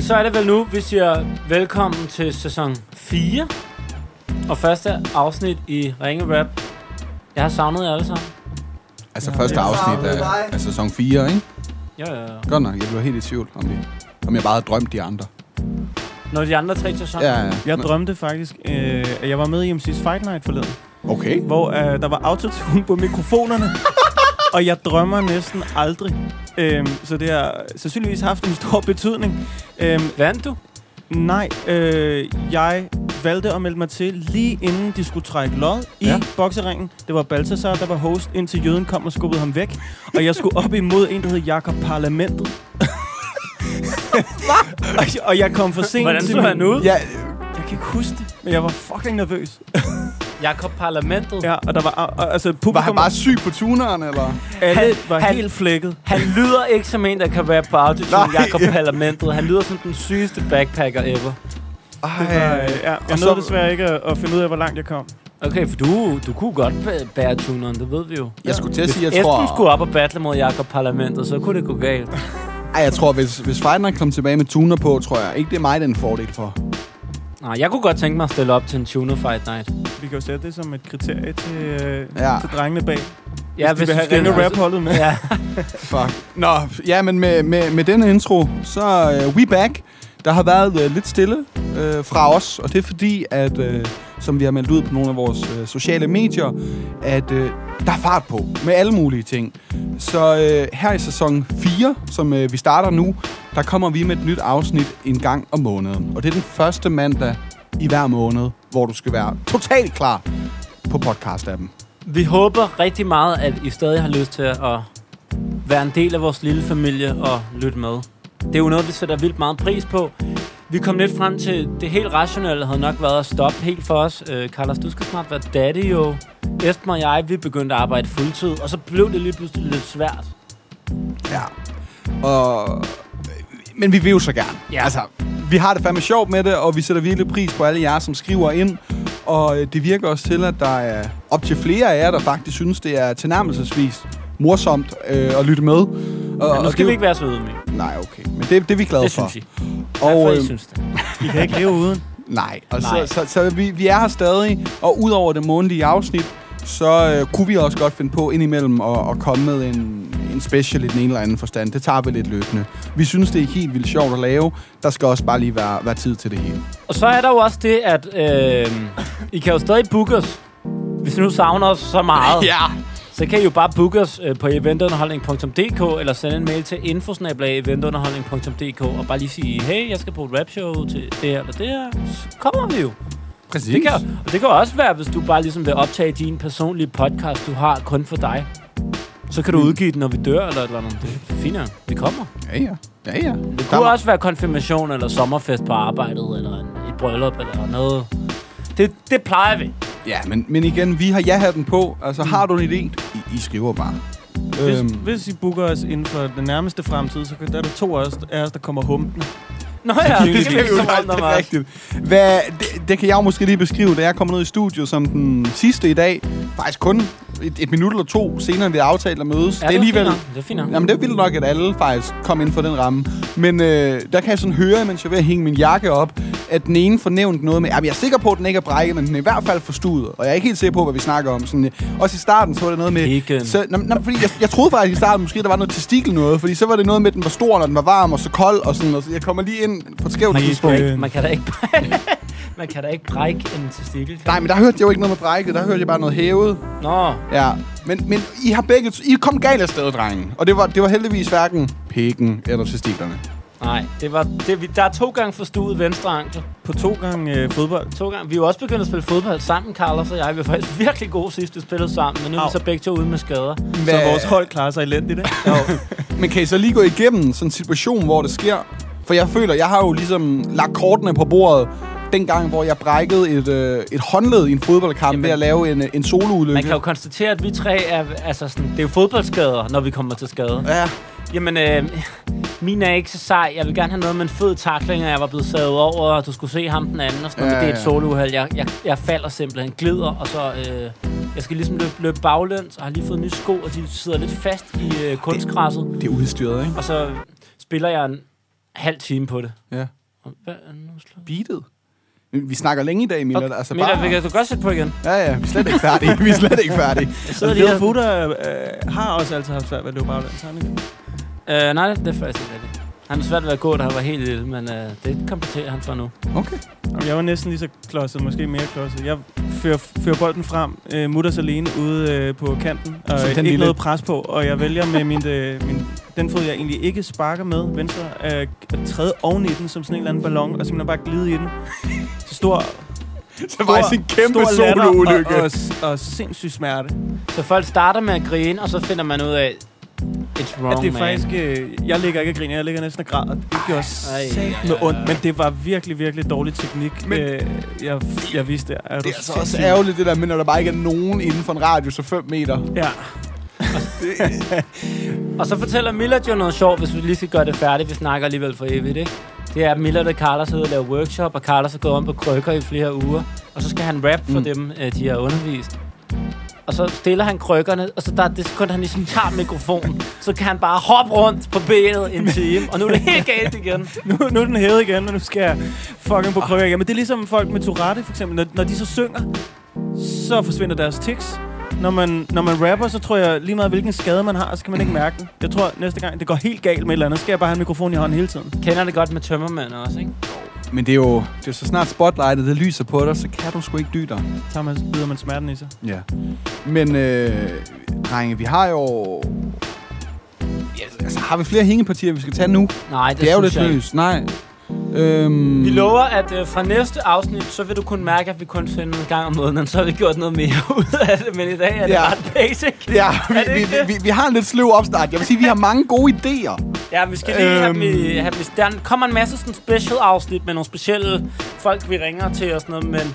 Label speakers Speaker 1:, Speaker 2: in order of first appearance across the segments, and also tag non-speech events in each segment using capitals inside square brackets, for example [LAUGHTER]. Speaker 1: så er det vel nu, vi siger velkommen til sæson 4. Og første afsnit i Ringe Rap. Jeg har savnet jer alle sammen.
Speaker 2: Altså første afsnit af, af sæson 4, ikke?
Speaker 1: Jo, jo, jo.
Speaker 2: Godt nok, jeg blev helt i tvivl, om, vi, om jeg bare havde drømt de andre.
Speaker 1: Når de andre tre sæsoner.
Speaker 2: Ja, ja.
Speaker 3: Jeg
Speaker 2: Men-
Speaker 3: drømte faktisk, øh, at jeg var med i MC's Fight Night forleden,
Speaker 2: Okay.
Speaker 3: hvor øh, der var autotune på
Speaker 1: [LAUGHS]
Speaker 3: mikrofonerne. og jeg drømmer næsten aldrig. Øhm, så det har sandsynligvis haft en stor betydning. Øhm,
Speaker 1: Vandt du?
Speaker 3: nej, øh, jeg valgte at melde mig til lige inden de skulle trække lod i
Speaker 2: Ja.
Speaker 3: ja. bokseringen. Det var Baltasar, der var host, indtil jøden kom og skubbede ham væk. Og jeg skulle op imod en, der hed Jakob Parlamentet. og, jeg- [LAUGHS] og jeg kom for sent
Speaker 1: Hvordan
Speaker 3: til
Speaker 1: så
Speaker 3: min-
Speaker 1: han ud?
Speaker 2: Ja,
Speaker 3: Jeg kan ikke huske det, men jeg var fucking nervøs.
Speaker 1: Jakob Parlamentet.
Speaker 3: Ja, og der var og, altså
Speaker 2: var
Speaker 3: publikum,
Speaker 2: han bare syg på tuneren, eller?
Speaker 3: alle
Speaker 1: Han-
Speaker 3: var
Speaker 1: han-
Speaker 3: helt flækket.
Speaker 1: Han lyder ikke som en, der kan rappe på autotune,
Speaker 2: Nej.
Speaker 1: Jakob Parlamentet. Han lyder som den sygeste backpacker ever.
Speaker 3: Det var, øh, ja,
Speaker 2: og
Speaker 3: jeg nåede
Speaker 2: så-
Speaker 3: desværre ikke at, at finde ud af, hvor langt jeg kom.
Speaker 1: Okay, for du, du kunne godt bæ- bære tuneren, det ved vi jo.
Speaker 2: Jeg skulle til at sige, jeg
Speaker 1: Esben
Speaker 2: tror...
Speaker 1: skulle op og battle mod Jakob Parlamentet, så kunne det gå galt.
Speaker 2: Ej, jeg tror, hvis, hvis Feidner kom tilbage med tuner på, tror jeg ikke, det er mig, den er en fordel for.
Speaker 1: Nej, jeg kunne godt tænke mig at stille op til en tuner fight night.
Speaker 3: Vi kan jo sætte det som et kriterie til, øh,
Speaker 2: Ja.
Speaker 3: ja. til drengene bag.
Speaker 1: Ja,
Speaker 3: hvis de vil have
Speaker 1: du stiller-
Speaker 3: ringe rap-holdet med.
Speaker 1: Ja.
Speaker 2: Fuck. Nå, ja, men med, med, med denne intro, så uh, we back. Der har været uh, lidt stille uh, fra os, og det er fordi, at uh, som vi har meldt ud på nogle af vores uh, sociale medier, at uh, der er fart på med alle mulige ting. Så uh, her i sæson 4, som uh, vi starter nu, der kommer vi med et nyt afsnit en gang om måneden. Og det er den første mandag i hver måned, hvor du skal være totalt klar på podcast-appen.
Speaker 1: Vi håber rigtig meget, at I stadig har lyst til at være en del af vores lille familie og lytte med. Det er jo noget, vi sætter vildt meget pris på. Vi kom lidt frem til, det helt rationelle havde nok været at stoppe helt for os. Øh, Carlos, du skal snart være daddy jo. Esben og jeg, vi begyndte at arbejde fuldtid, og så blev det lige pludselig lidt svært.
Speaker 2: Ja. Og... Men vi vil jo så gerne.
Speaker 1: Ja.
Speaker 2: Altså, vi har det fandme sjovt med det, og vi sætter virkelig pris på alle jer, som skriver ind. Og øh, det virker også til, at der er op til flere af jer, der faktisk synes, det er tilnærmelsesvis morsomt øh, at lytte med. Og,
Speaker 1: Men nu
Speaker 2: og
Speaker 1: skal
Speaker 2: det,
Speaker 1: vi ikke være så ydmyge.
Speaker 2: Nej, okay. Men det, det er vi glade
Speaker 1: Det
Speaker 2: for.
Speaker 1: synes I.
Speaker 2: Og,
Speaker 1: Derfor, I
Speaker 2: øh,
Speaker 1: synes det.
Speaker 3: Vi kan ikke leve uden.
Speaker 2: Nej, og
Speaker 1: Nej.
Speaker 2: så, så, så vi, vi er her stadig, og udover det månedlige afsnit, så øh, kunne vi også godt finde på indimellem at, at komme med en, en special i den ene eller anden forstand. Det tager vi lidt løbende. Vi synes, det er helt vildt sjovt at lave. Der skal også bare lige være, være tid til det hele.
Speaker 1: Og så er der jo også det, at øh, I kan jo stadig booke os, hvis I nu savner os så meget.
Speaker 2: Ja!
Speaker 1: Så kan I jo bare booke os øh, på eventunderholdning.dk eller sende en mail til infosnablag.eventunderholdning.dk og bare lige sige, hey, jeg skal på et rapshow til det her eller det her. Så kommer vi jo.
Speaker 2: Præcis.
Speaker 1: Det kan, og det kan også være, hvis du bare ligesom vil optage din personlige podcast, du har kun for dig. Så kan du udgive den, når vi dør eller et eller andet. Det er fint, nok. det kommer.
Speaker 2: Ja, ja. Ja, ja.
Speaker 1: Det kunne også være konfirmation eller sommerfest på arbejdet eller en, et bryllup eller noget. Det, det plejer vi.
Speaker 2: Ja, men, men igen, vi har ja-hatten på. Altså,
Speaker 1: Mm.
Speaker 2: har du en idé? I, I skriver bare.
Speaker 3: Hvis,
Speaker 2: Øhm.
Speaker 3: hvis I booker os inden for den nærmeste fremtid, så kan der er der to af os, af os der kommer humpen.
Speaker 1: Nå ja, det
Speaker 3: Det
Speaker 1: skal vi
Speaker 2: jo
Speaker 1: ikke
Speaker 2: [LAUGHS]
Speaker 1: så meget om os.
Speaker 2: rigtigt. Hvad, det, det kan jeg jo måske lige beskrive, da jeg kom ned i studiet som den sidste i dag. Faktisk kun et, et minut eller to senere, end vi havde aftalt at mødes.
Speaker 1: Ja, det er fint nok. Det er fint nok.
Speaker 2: Jamen, det er vildt nok, at alle faktisk kom inden for den ramme. Men øh, der kan jeg sådan høre, mens jeg er ved at hænge min jakke op, at den ene fornævnt noget med, jamen, jeg er sikker på, at den ikke er brækket, men den er i hvert fald forstudet. Og jeg er ikke helt sikker på, hvad vi snakker om. Sådan, øh, også i starten, så var det noget med...
Speaker 1: Pikken.
Speaker 2: Så, nå, nå, fordi jeg, jeg, troede faktisk i starten, måske der var noget testikel noget, fordi så var det noget med, at den var stor, når den var varm og så kold og sådan noget. Så jeg kommer lige ind på et skævt
Speaker 1: Man kan, sgu
Speaker 2: tidspunkt.
Speaker 1: ikke, man kan da ikke [LAUGHS] man kan da ikke brække en testikel.
Speaker 2: Nej, men der hørte jeg jo ikke noget med brækket. Der hørte jeg bare noget hævet.
Speaker 1: Nå,
Speaker 2: Ja, men, men I har begge... I kom galt afsted, drengen. Og det var, det var heldigvis hverken pikken eller testiklerne.
Speaker 1: nej. Det var, det, vi- der er to gange forstuet venstre ankel.
Speaker 3: På to gange øh, fodbold.
Speaker 1: To gange. Vi er jo også begyndt at spille fodbold sammen, Carlos og jeg. Vi var faktisk [LAUGHS] virkelig gode sidst, vi spillede sammen. Men nu er vi
Speaker 3: Au.
Speaker 1: så begge to ude med skader.
Speaker 3: Så
Speaker 2: Hvad-
Speaker 3: vores hold klarer sig elendigt, ikke? [LAUGHS]
Speaker 2: Men kan I så lige gå igennem sådan en situation, hvor det sker? For jeg føler, jeg har jo ligesom lagt kortene på bordet dengang, hvor jeg brækkede et, øh, et håndled i en fodboldkamp
Speaker 1: Jamen.
Speaker 2: ved at lave en, øh, en
Speaker 1: Man
Speaker 2: soloulykke.
Speaker 1: kan jo konstatere, at vi tre er... Altså sådan, det er jo fodboldskader, når vi kommer til skader.
Speaker 2: Ja,
Speaker 1: Jamen, øh, min er ikke så sej. Jeg vil gerne have noget med en fed takling, og jeg var blevet savet over, og du skulle se ham den anden, og sådan noget.
Speaker 2: Ja,
Speaker 1: Men det er
Speaker 2: ja.
Speaker 1: et solouheld. Jeg, jeg, jeg falder simpelthen, glider, og så... Øh, jeg skal ligesom løbe, løbe baglæns, og har lige fået nye sko, og de sidder lidt fast i øh, kunstgræsset.
Speaker 2: det er udstyret, ikke?
Speaker 1: Og så spiller jeg en halv time på det.
Speaker 2: Ja.
Speaker 1: Og Hvad er nu slået?
Speaker 2: Beatet. Vi snakker længe i dag, Miller. Okay. Altså,
Speaker 1: Miller,
Speaker 2: bare...
Speaker 1: kan du godt sætte på igen?
Speaker 2: Ja, ja, vi er slet ikke færdige. vi er slet ikke færdige.
Speaker 3: Så
Speaker 1: de her-
Speaker 3: Lille Buddha øh, har også altid haft svært ved at løbe baglæns. har han ikke?
Speaker 1: Øh, nej, det er faktisk ikke rigtigt. Han er svært ved at gå, da han var helt lille, men øh, det kompenserer han for nu.
Speaker 2: Okay.
Speaker 3: Jamen, Jeg var næsten lige så klodset, måske mere klodset. Jeg fører, fører bolden frem, øh, mutters alene ude øh, på kanten, og
Speaker 2: Så den
Speaker 3: ikke
Speaker 2: lille-
Speaker 3: lille... noget pres på, og jeg vælger med min, øh, min, den fod, jeg egentlig ikke sparker med, venstre, øh, at træde oven i den som sådan en eller anden ballon, og simpelthen bare glide i den. Så stor,
Speaker 2: Så var det en kæmpe
Speaker 3: stor latter
Speaker 2: soloulykke.
Speaker 3: og, og, og, og sindssyg smerte.
Speaker 1: Så folk starter med at grine, og så finder man ud af, it's wrong,
Speaker 3: at det er
Speaker 1: man.
Speaker 3: faktisk... Øh, jeg ligger ikke og griner, jeg ligger næsten og græder. Det gjorde sagt med ondt, men det var virkelig, virkelig dårlig teknik,
Speaker 2: Men-
Speaker 3: men, øh, jeg, jeg vidste der. Er du
Speaker 2: Det er altså også
Speaker 3: sindssyg?
Speaker 2: ærgerligt, det der med, når der bare ikke er nogen inden for en radius af 5 meter.
Speaker 3: Ja.
Speaker 1: Og så fortæller Millard jo noget sjovt, hvis vi lige skal gøre det færdigt. Vi snakker alligevel for evigt, ikke? Det er, at Millard og Carlos er ude og lave workshop, og Carlos er gået om på krykker i flere uger. Og så skal han rap for
Speaker 2: Mm.
Speaker 1: mm. dem, øh, de har undervist. Og så stiller han krykkerne, og så der er det sekund, han ligesom tager mikrofonen, så kan han bare hoppe rundt på benet en time. Og nu er det helt galt igen.
Speaker 3: Nu, nu er den hævet igen, og nu skal jeg fucking på
Speaker 1: Ah.
Speaker 3: krykker igen. Men det er ligesom folk med Tourette, for eksempel. Når, når de så synger, så forsvinder deres tics. Når man, når man rapper, så tror jeg lige meget, hvilken skade man har, så kan man ikke mærke den. Jeg tror, næste gang, det går helt galt med et eller andet, så skal jeg bare have en mikrofon i hånden hele tiden.
Speaker 1: Kender det godt med tømmermænd også, ikke?
Speaker 2: Men det er jo det er så snart spotlightet det lyser på dig, så kan du sgu ikke dy dig.
Speaker 3: Så man, bider man smerten i sig.
Speaker 2: Ja. Men øh, drenge, vi har jo... Ja, Altså, har vi flere hængepartier, vi skal tage nu? Det,
Speaker 1: Nej, det,
Speaker 2: det er jo
Speaker 1: synes
Speaker 2: lidt
Speaker 1: jeg ikke.
Speaker 2: løst. Nej. Øhm,
Speaker 1: Vi lover, at øh, fra næste afsnit, så vil du kunne mærke, at vi kun sender en gang om måneden, så har vi gjort noget mere [LAUGHS] ud af det, men i dag er det
Speaker 2: Ja.
Speaker 1: ja. ret basic.
Speaker 2: Ja, vi,
Speaker 1: Er det
Speaker 2: vi,
Speaker 1: ikke det?
Speaker 2: vi, vi, vi har en lidt sløv opstart. Jeg vil sige, vi har mange gode idéer.
Speaker 1: Ja, vi skal lige øhm. have dem i...
Speaker 2: Øhm.
Speaker 1: Have dem i der kommer en masse sådan special afsnit med nogle specielle folk, vi ringer til og sådan noget, men...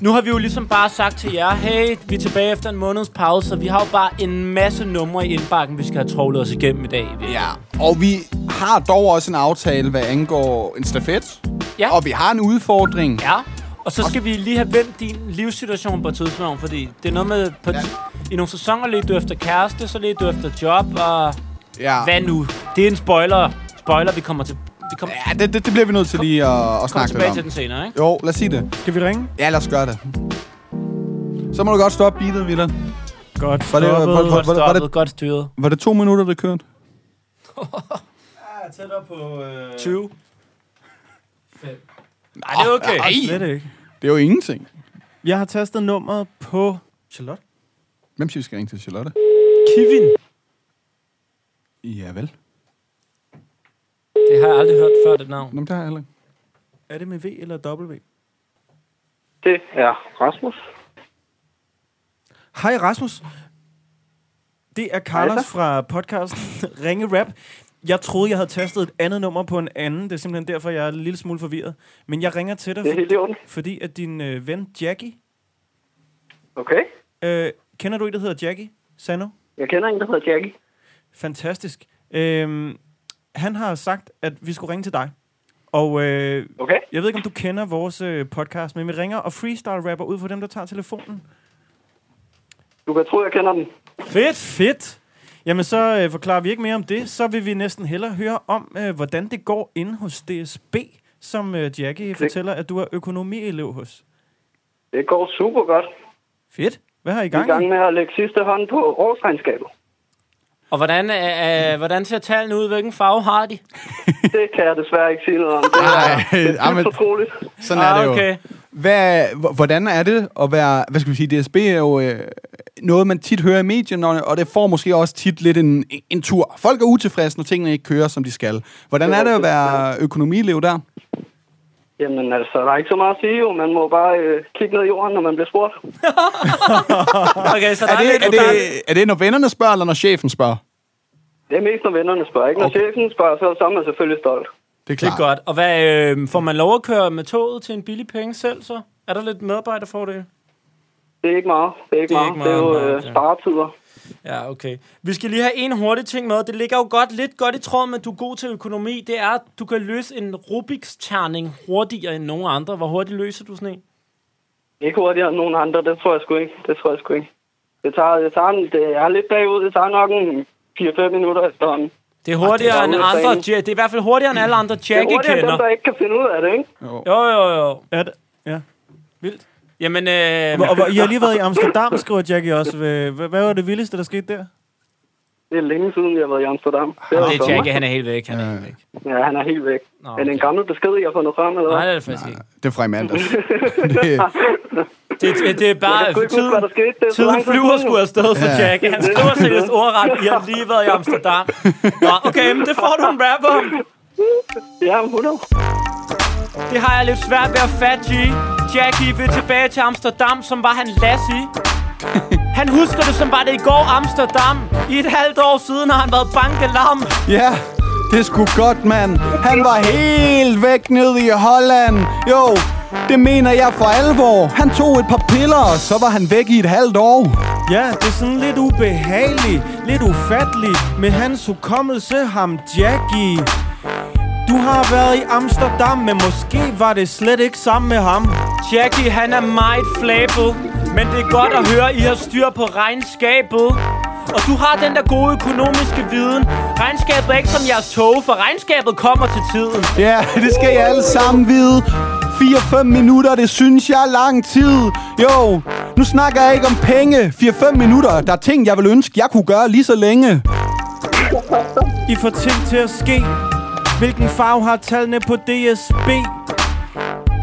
Speaker 1: Nu har vi jo ligesom bare sagt til jer, hey, vi er tilbage efter en måneds pause, så vi har jo bare en masse numre i indbakken, vi skal have trollet os igennem i dag.
Speaker 2: Ja, og vi har dog også en aftale, hvad angår en stafet.
Speaker 1: Ja.
Speaker 2: Og vi har en udfordring.
Speaker 1: Ja, og så skal vi lige have vendt din livssituation på et tidspunkt, fordi det er noget med, på
Speaker 2: Ja.
Speaker 1: ja. i nogle sæsoner lidt du efter kæreste, så lidt du efter job, og
Speaker 2: Ja,
Speaker 1: hvad nu? Det er en spoiler, spoiler vi kommer til, vi kommer,
Speaker 2: ja det, det, det bliver vi nødt til lige at, at
Speaker 1: kommer
Speaker 2: snakke lidt
Speaker 1: tilbage
Speaker 2: om.
Speaker 1: til den senere, ikke?
Speaker 2: Jo, lad os sige det.
Speaker 3: Skal vi ringe?
Speaker 2: Ja, lad os gøre det. Så må du godt stoppe beatet, Villan.
Speaker 3: Godt.
Speaker 2: Var det, var, var, var,
Speaker 1: Godt
Speaker 2: var, var,
Speaker 1: stoppet,
Speaker 2: det,
Speaker 1: godt styret.
Speaker 2: var det to minutter, det kørte?
Speaker 3: Jeg tættere på... Øh...
Speaker 1: 20. Nej, det er okay.
Speaker 2: Ej,
Speaker 3: Slet ikke.
Speaker 2: det er jo ingenting.
Speaker 3: Jeg har tastet nummeret på... Charlotte?
Speaker 2: Hvem siger, vi skal ringe til Charlotte?
Speaker 1: Kevin.
Speaker 2: Ja, vel.
Speaker 1: Det har jeg aldrig hørt før, det navn.
Speaker 2: Nå, men det har jeg heller ikke.
Speaker 3: Er det med V eller W?
Speaker 4: Det er Rasmus.
Speaker 3: Hej Rasmus. Det er
Speaker 4: Hej
Speaker 3: Carlos
Speaker 4: så.
Speaker 3: fra podcasten Ringe Rap. Jeg troede, jeg havde tastet et andet nummer på en anden. Det er simpelthen derfor, jeg er en lille smule forvirret. Men jeg ringer til dig,
Speaker 4: Det er
Speaker 3: for,
Speaker 4: helt i orden.
Speaker 3: fordi at din øh, ven Jackie...
Speaker 4: Okay.
Speaker 3: Øh, kender du en, der hedder Jackie? Sano?
Speaker 4: Jeg kender en, der hedder Jackie.
Speaker 3: Fantastisk. Øh, han har sagt, at vi skulle ringe til dig. Og øh,
Speaker 4: Okay.
Speaker 3: jeg ved ikke, om du kender vores øh, podcast, men vi ringer og freestyle-rapper ud for dem, der tager telefonen.
Speaker 4: Du kan tro, jeg kender den.
Speaker 3: Fedt, fedt. Jamen, så øh, forklarer vi ikke mere om det. Så vil vi næsten hellere høre om, øh, hvordan det går inde hos DSB, som øh, Jackie fortæller, at du er økonomielev hos.
Speaker 4: Det går super godt.
Speaker 3: Fedt. Hvad har I
Speaker 4: Vi er i
Speaker 3: gang i?
Speaker 4: gang med at lægge sidste hånd på
Speaker 1: [LAUGHS]
Speaker 4: årsregnskabet.
Speaker 1: Og hvordan, øh, øh, hvordan ser tallene ud? Hvilken farve har
Speaker 2: [LAUGHS]
Speaker 1: de?
Speaker 4: Det kan jeg desværre ikke sige noget om. Det er
Speaker 2: Ej, ej, men
Speaker 4: dybt fortroligt.
Speaker 2: sådan er det jo.
Speaker 1: okay.
Speaker 2: Hvad, h- hvordan er det at være... Hvad skal vi sige? DSB er jo øh, noget, man tit hører i medierne, og og det får måske også tit lidt en, en tur. Folk er utilfredse, når tingene ikke kører, som de skal. Hvordan er det at være økonomielev der?
Speaker 4: Jamen altså, der er ikke så meget at sige jo. Man må bare øh, kigge ned i jorden, når man bliver spurgt.
Speaker 1: Okay, så der
Speaker 2: Er
Speaker 1: er, lidt
Speaker 2: det, er,
Speaker 1: lokal-
Speaker 2: det, er det, når vennerne spørger, eller når chefen spørger?
Speaker 4: Det er mest, når vennerne spørger. Ikke? Når
Speaker 2: Okay.
Speaker 4: chefen spørger, så, så er man selvfølgelig stolt.
Speaker 2: Det er
Speaker 1: Det
Speaker 2: klart.
Speaker 1: er godt. Og hvad, øh, får man lov at køre med toget til en billig penge selv, så? Er der lidt medarbejderfordel?
Speaker 4: Det er ikke meget. Det er ikke,
Speaker 1: Det er
Speaker 4: meget.
Speaker 1: ikke
Speaker 4: Det er
Speaker 1: meget,
Speaker 4: jo
Speaker 1: nej,
Speaker 4: øh,
Speaker 1: ja.
Speaker 4: sparetider.
Speaker 1: Ja, okay. Vi skal lige have en hurtig ting med. Det ligger jo godt, lidt godt i tråd med, at du er god til økonomi. Det er, at du kan løse en Rubiks terning hurtigere end nogen andre. Hvor hurtigt løser du sådan en?
Speaker 4: Ah, Ikke hurtigere end nogen andre. Det tror jeg sgu ikke. Det tror jeg sgu ikke. Det tager, det tager, en- det er lidt bagud. Det tager nok en 4-5 minutter efterhånden.
Speaker 1: Det er hurtigere
Speaker 4: Ah,
Speaker 1: end
Speaker 4: det er
Speaker 1: andre...
Speaker 4: udebane.
Speaker 1: Ja, det er i hvert fald hurtigere end alle andre
Speaker 4: Det er
Speaker 1: Jackie
Speaker 4: hurtigere end dem,
Speaker 1: kender.
Speaker 4: der ikke kan finde ud af det, ikke?
Speaker 2: Jo.
Speaker 1: Jo, jo, jo.
Speaker 3: Er det? Ja. Vildt.
Speaker 1: Jamen, øh,
Speaker 3: Og, og I har lige været i Amsterdam, skriver Jackie også. Hvad, hvad hvad var det vildeste, der skete der?
Speaker 4: Det er længe siden, jeg har været i Amsterdam. var
Speaker 1: Ah, det er
Speaker 4: sommer.
Speaker 1: Jackie, han er helt væk. Han er helt væk.
Speaker 4: Ja, han er helt væk.
Speaker 1: Nå,
Speaker 4: Er det en
Speaker 1: okay.
Speaker 4: gammel besked, jeg har fundet frem, eller
Speaker 1: Nej,
Speaker 4: hvad?
Speaker 1: det er det faktisk ikke.
Speaker 2: Det er fra i
Speaker 1: [LAUGHS]
Speaker 2: mandags. det,
Speaker 1: Det, det, det er
Speaker 4: Jeg
Speaker 1: bare...
Speaker 4: kan sgu ikke huske,
Speaker 1: Tiden,
Speaker 4: hvad der skete. Det er så
Speaker 1: tiden
Speaker 4: lang tid
Speaker 1: flyver
Speaker 4: siden.
Speaker 1: sgu afsted for
Speaker 2: Ja.
Speaker 1: Jackie. Han skriver seriøst ordret, I har lige været i Amsterdam. Nå, okay, men det får du en rap om.
Speaker 4: Ja, 100.
Speaker 1: Det har jeg lidt svært ved at fatte i. Jackie vil tilbage til Amsterdam, som var han Lassie. Han husker det, som var det i går Amsterdam. I et halvt år siden har han været bankelam.
Speaker 2: ja, det er sgu godt, mand. Han var helt væk nede i Holland. Jo, det mener jeg for alvor. Han tog et par piller, og så var han væk i et halvt år.
Speaker 3: Ja, det er sådan lidt ubehageligt, lidt ufatteligt med hans hukommelse, ham Jackie. Du har været i Amsterdam, men måske var det slet ikke sammen med ham.
Speaker 1: Jackie, han er meget flabet. Men det er godt at høre, I har styr på regnskabet. Og du har den der gode økonomiske viden. Regnskabet er ikke som jeres tog, for regnskabet kommer til tiden.
Speaker 2: Ja, det skal I alle sammen vide. 4-5 minutter, det synes jeg er lang tid. Jo, nu snakker jeg ikke om penge. 4-5 minutter, der er ting, jeg vil ønske, jeg kunne gøre lige så længe.
Speaker 3: I får ting til at ske. Hvilken farve har tallene på DSB?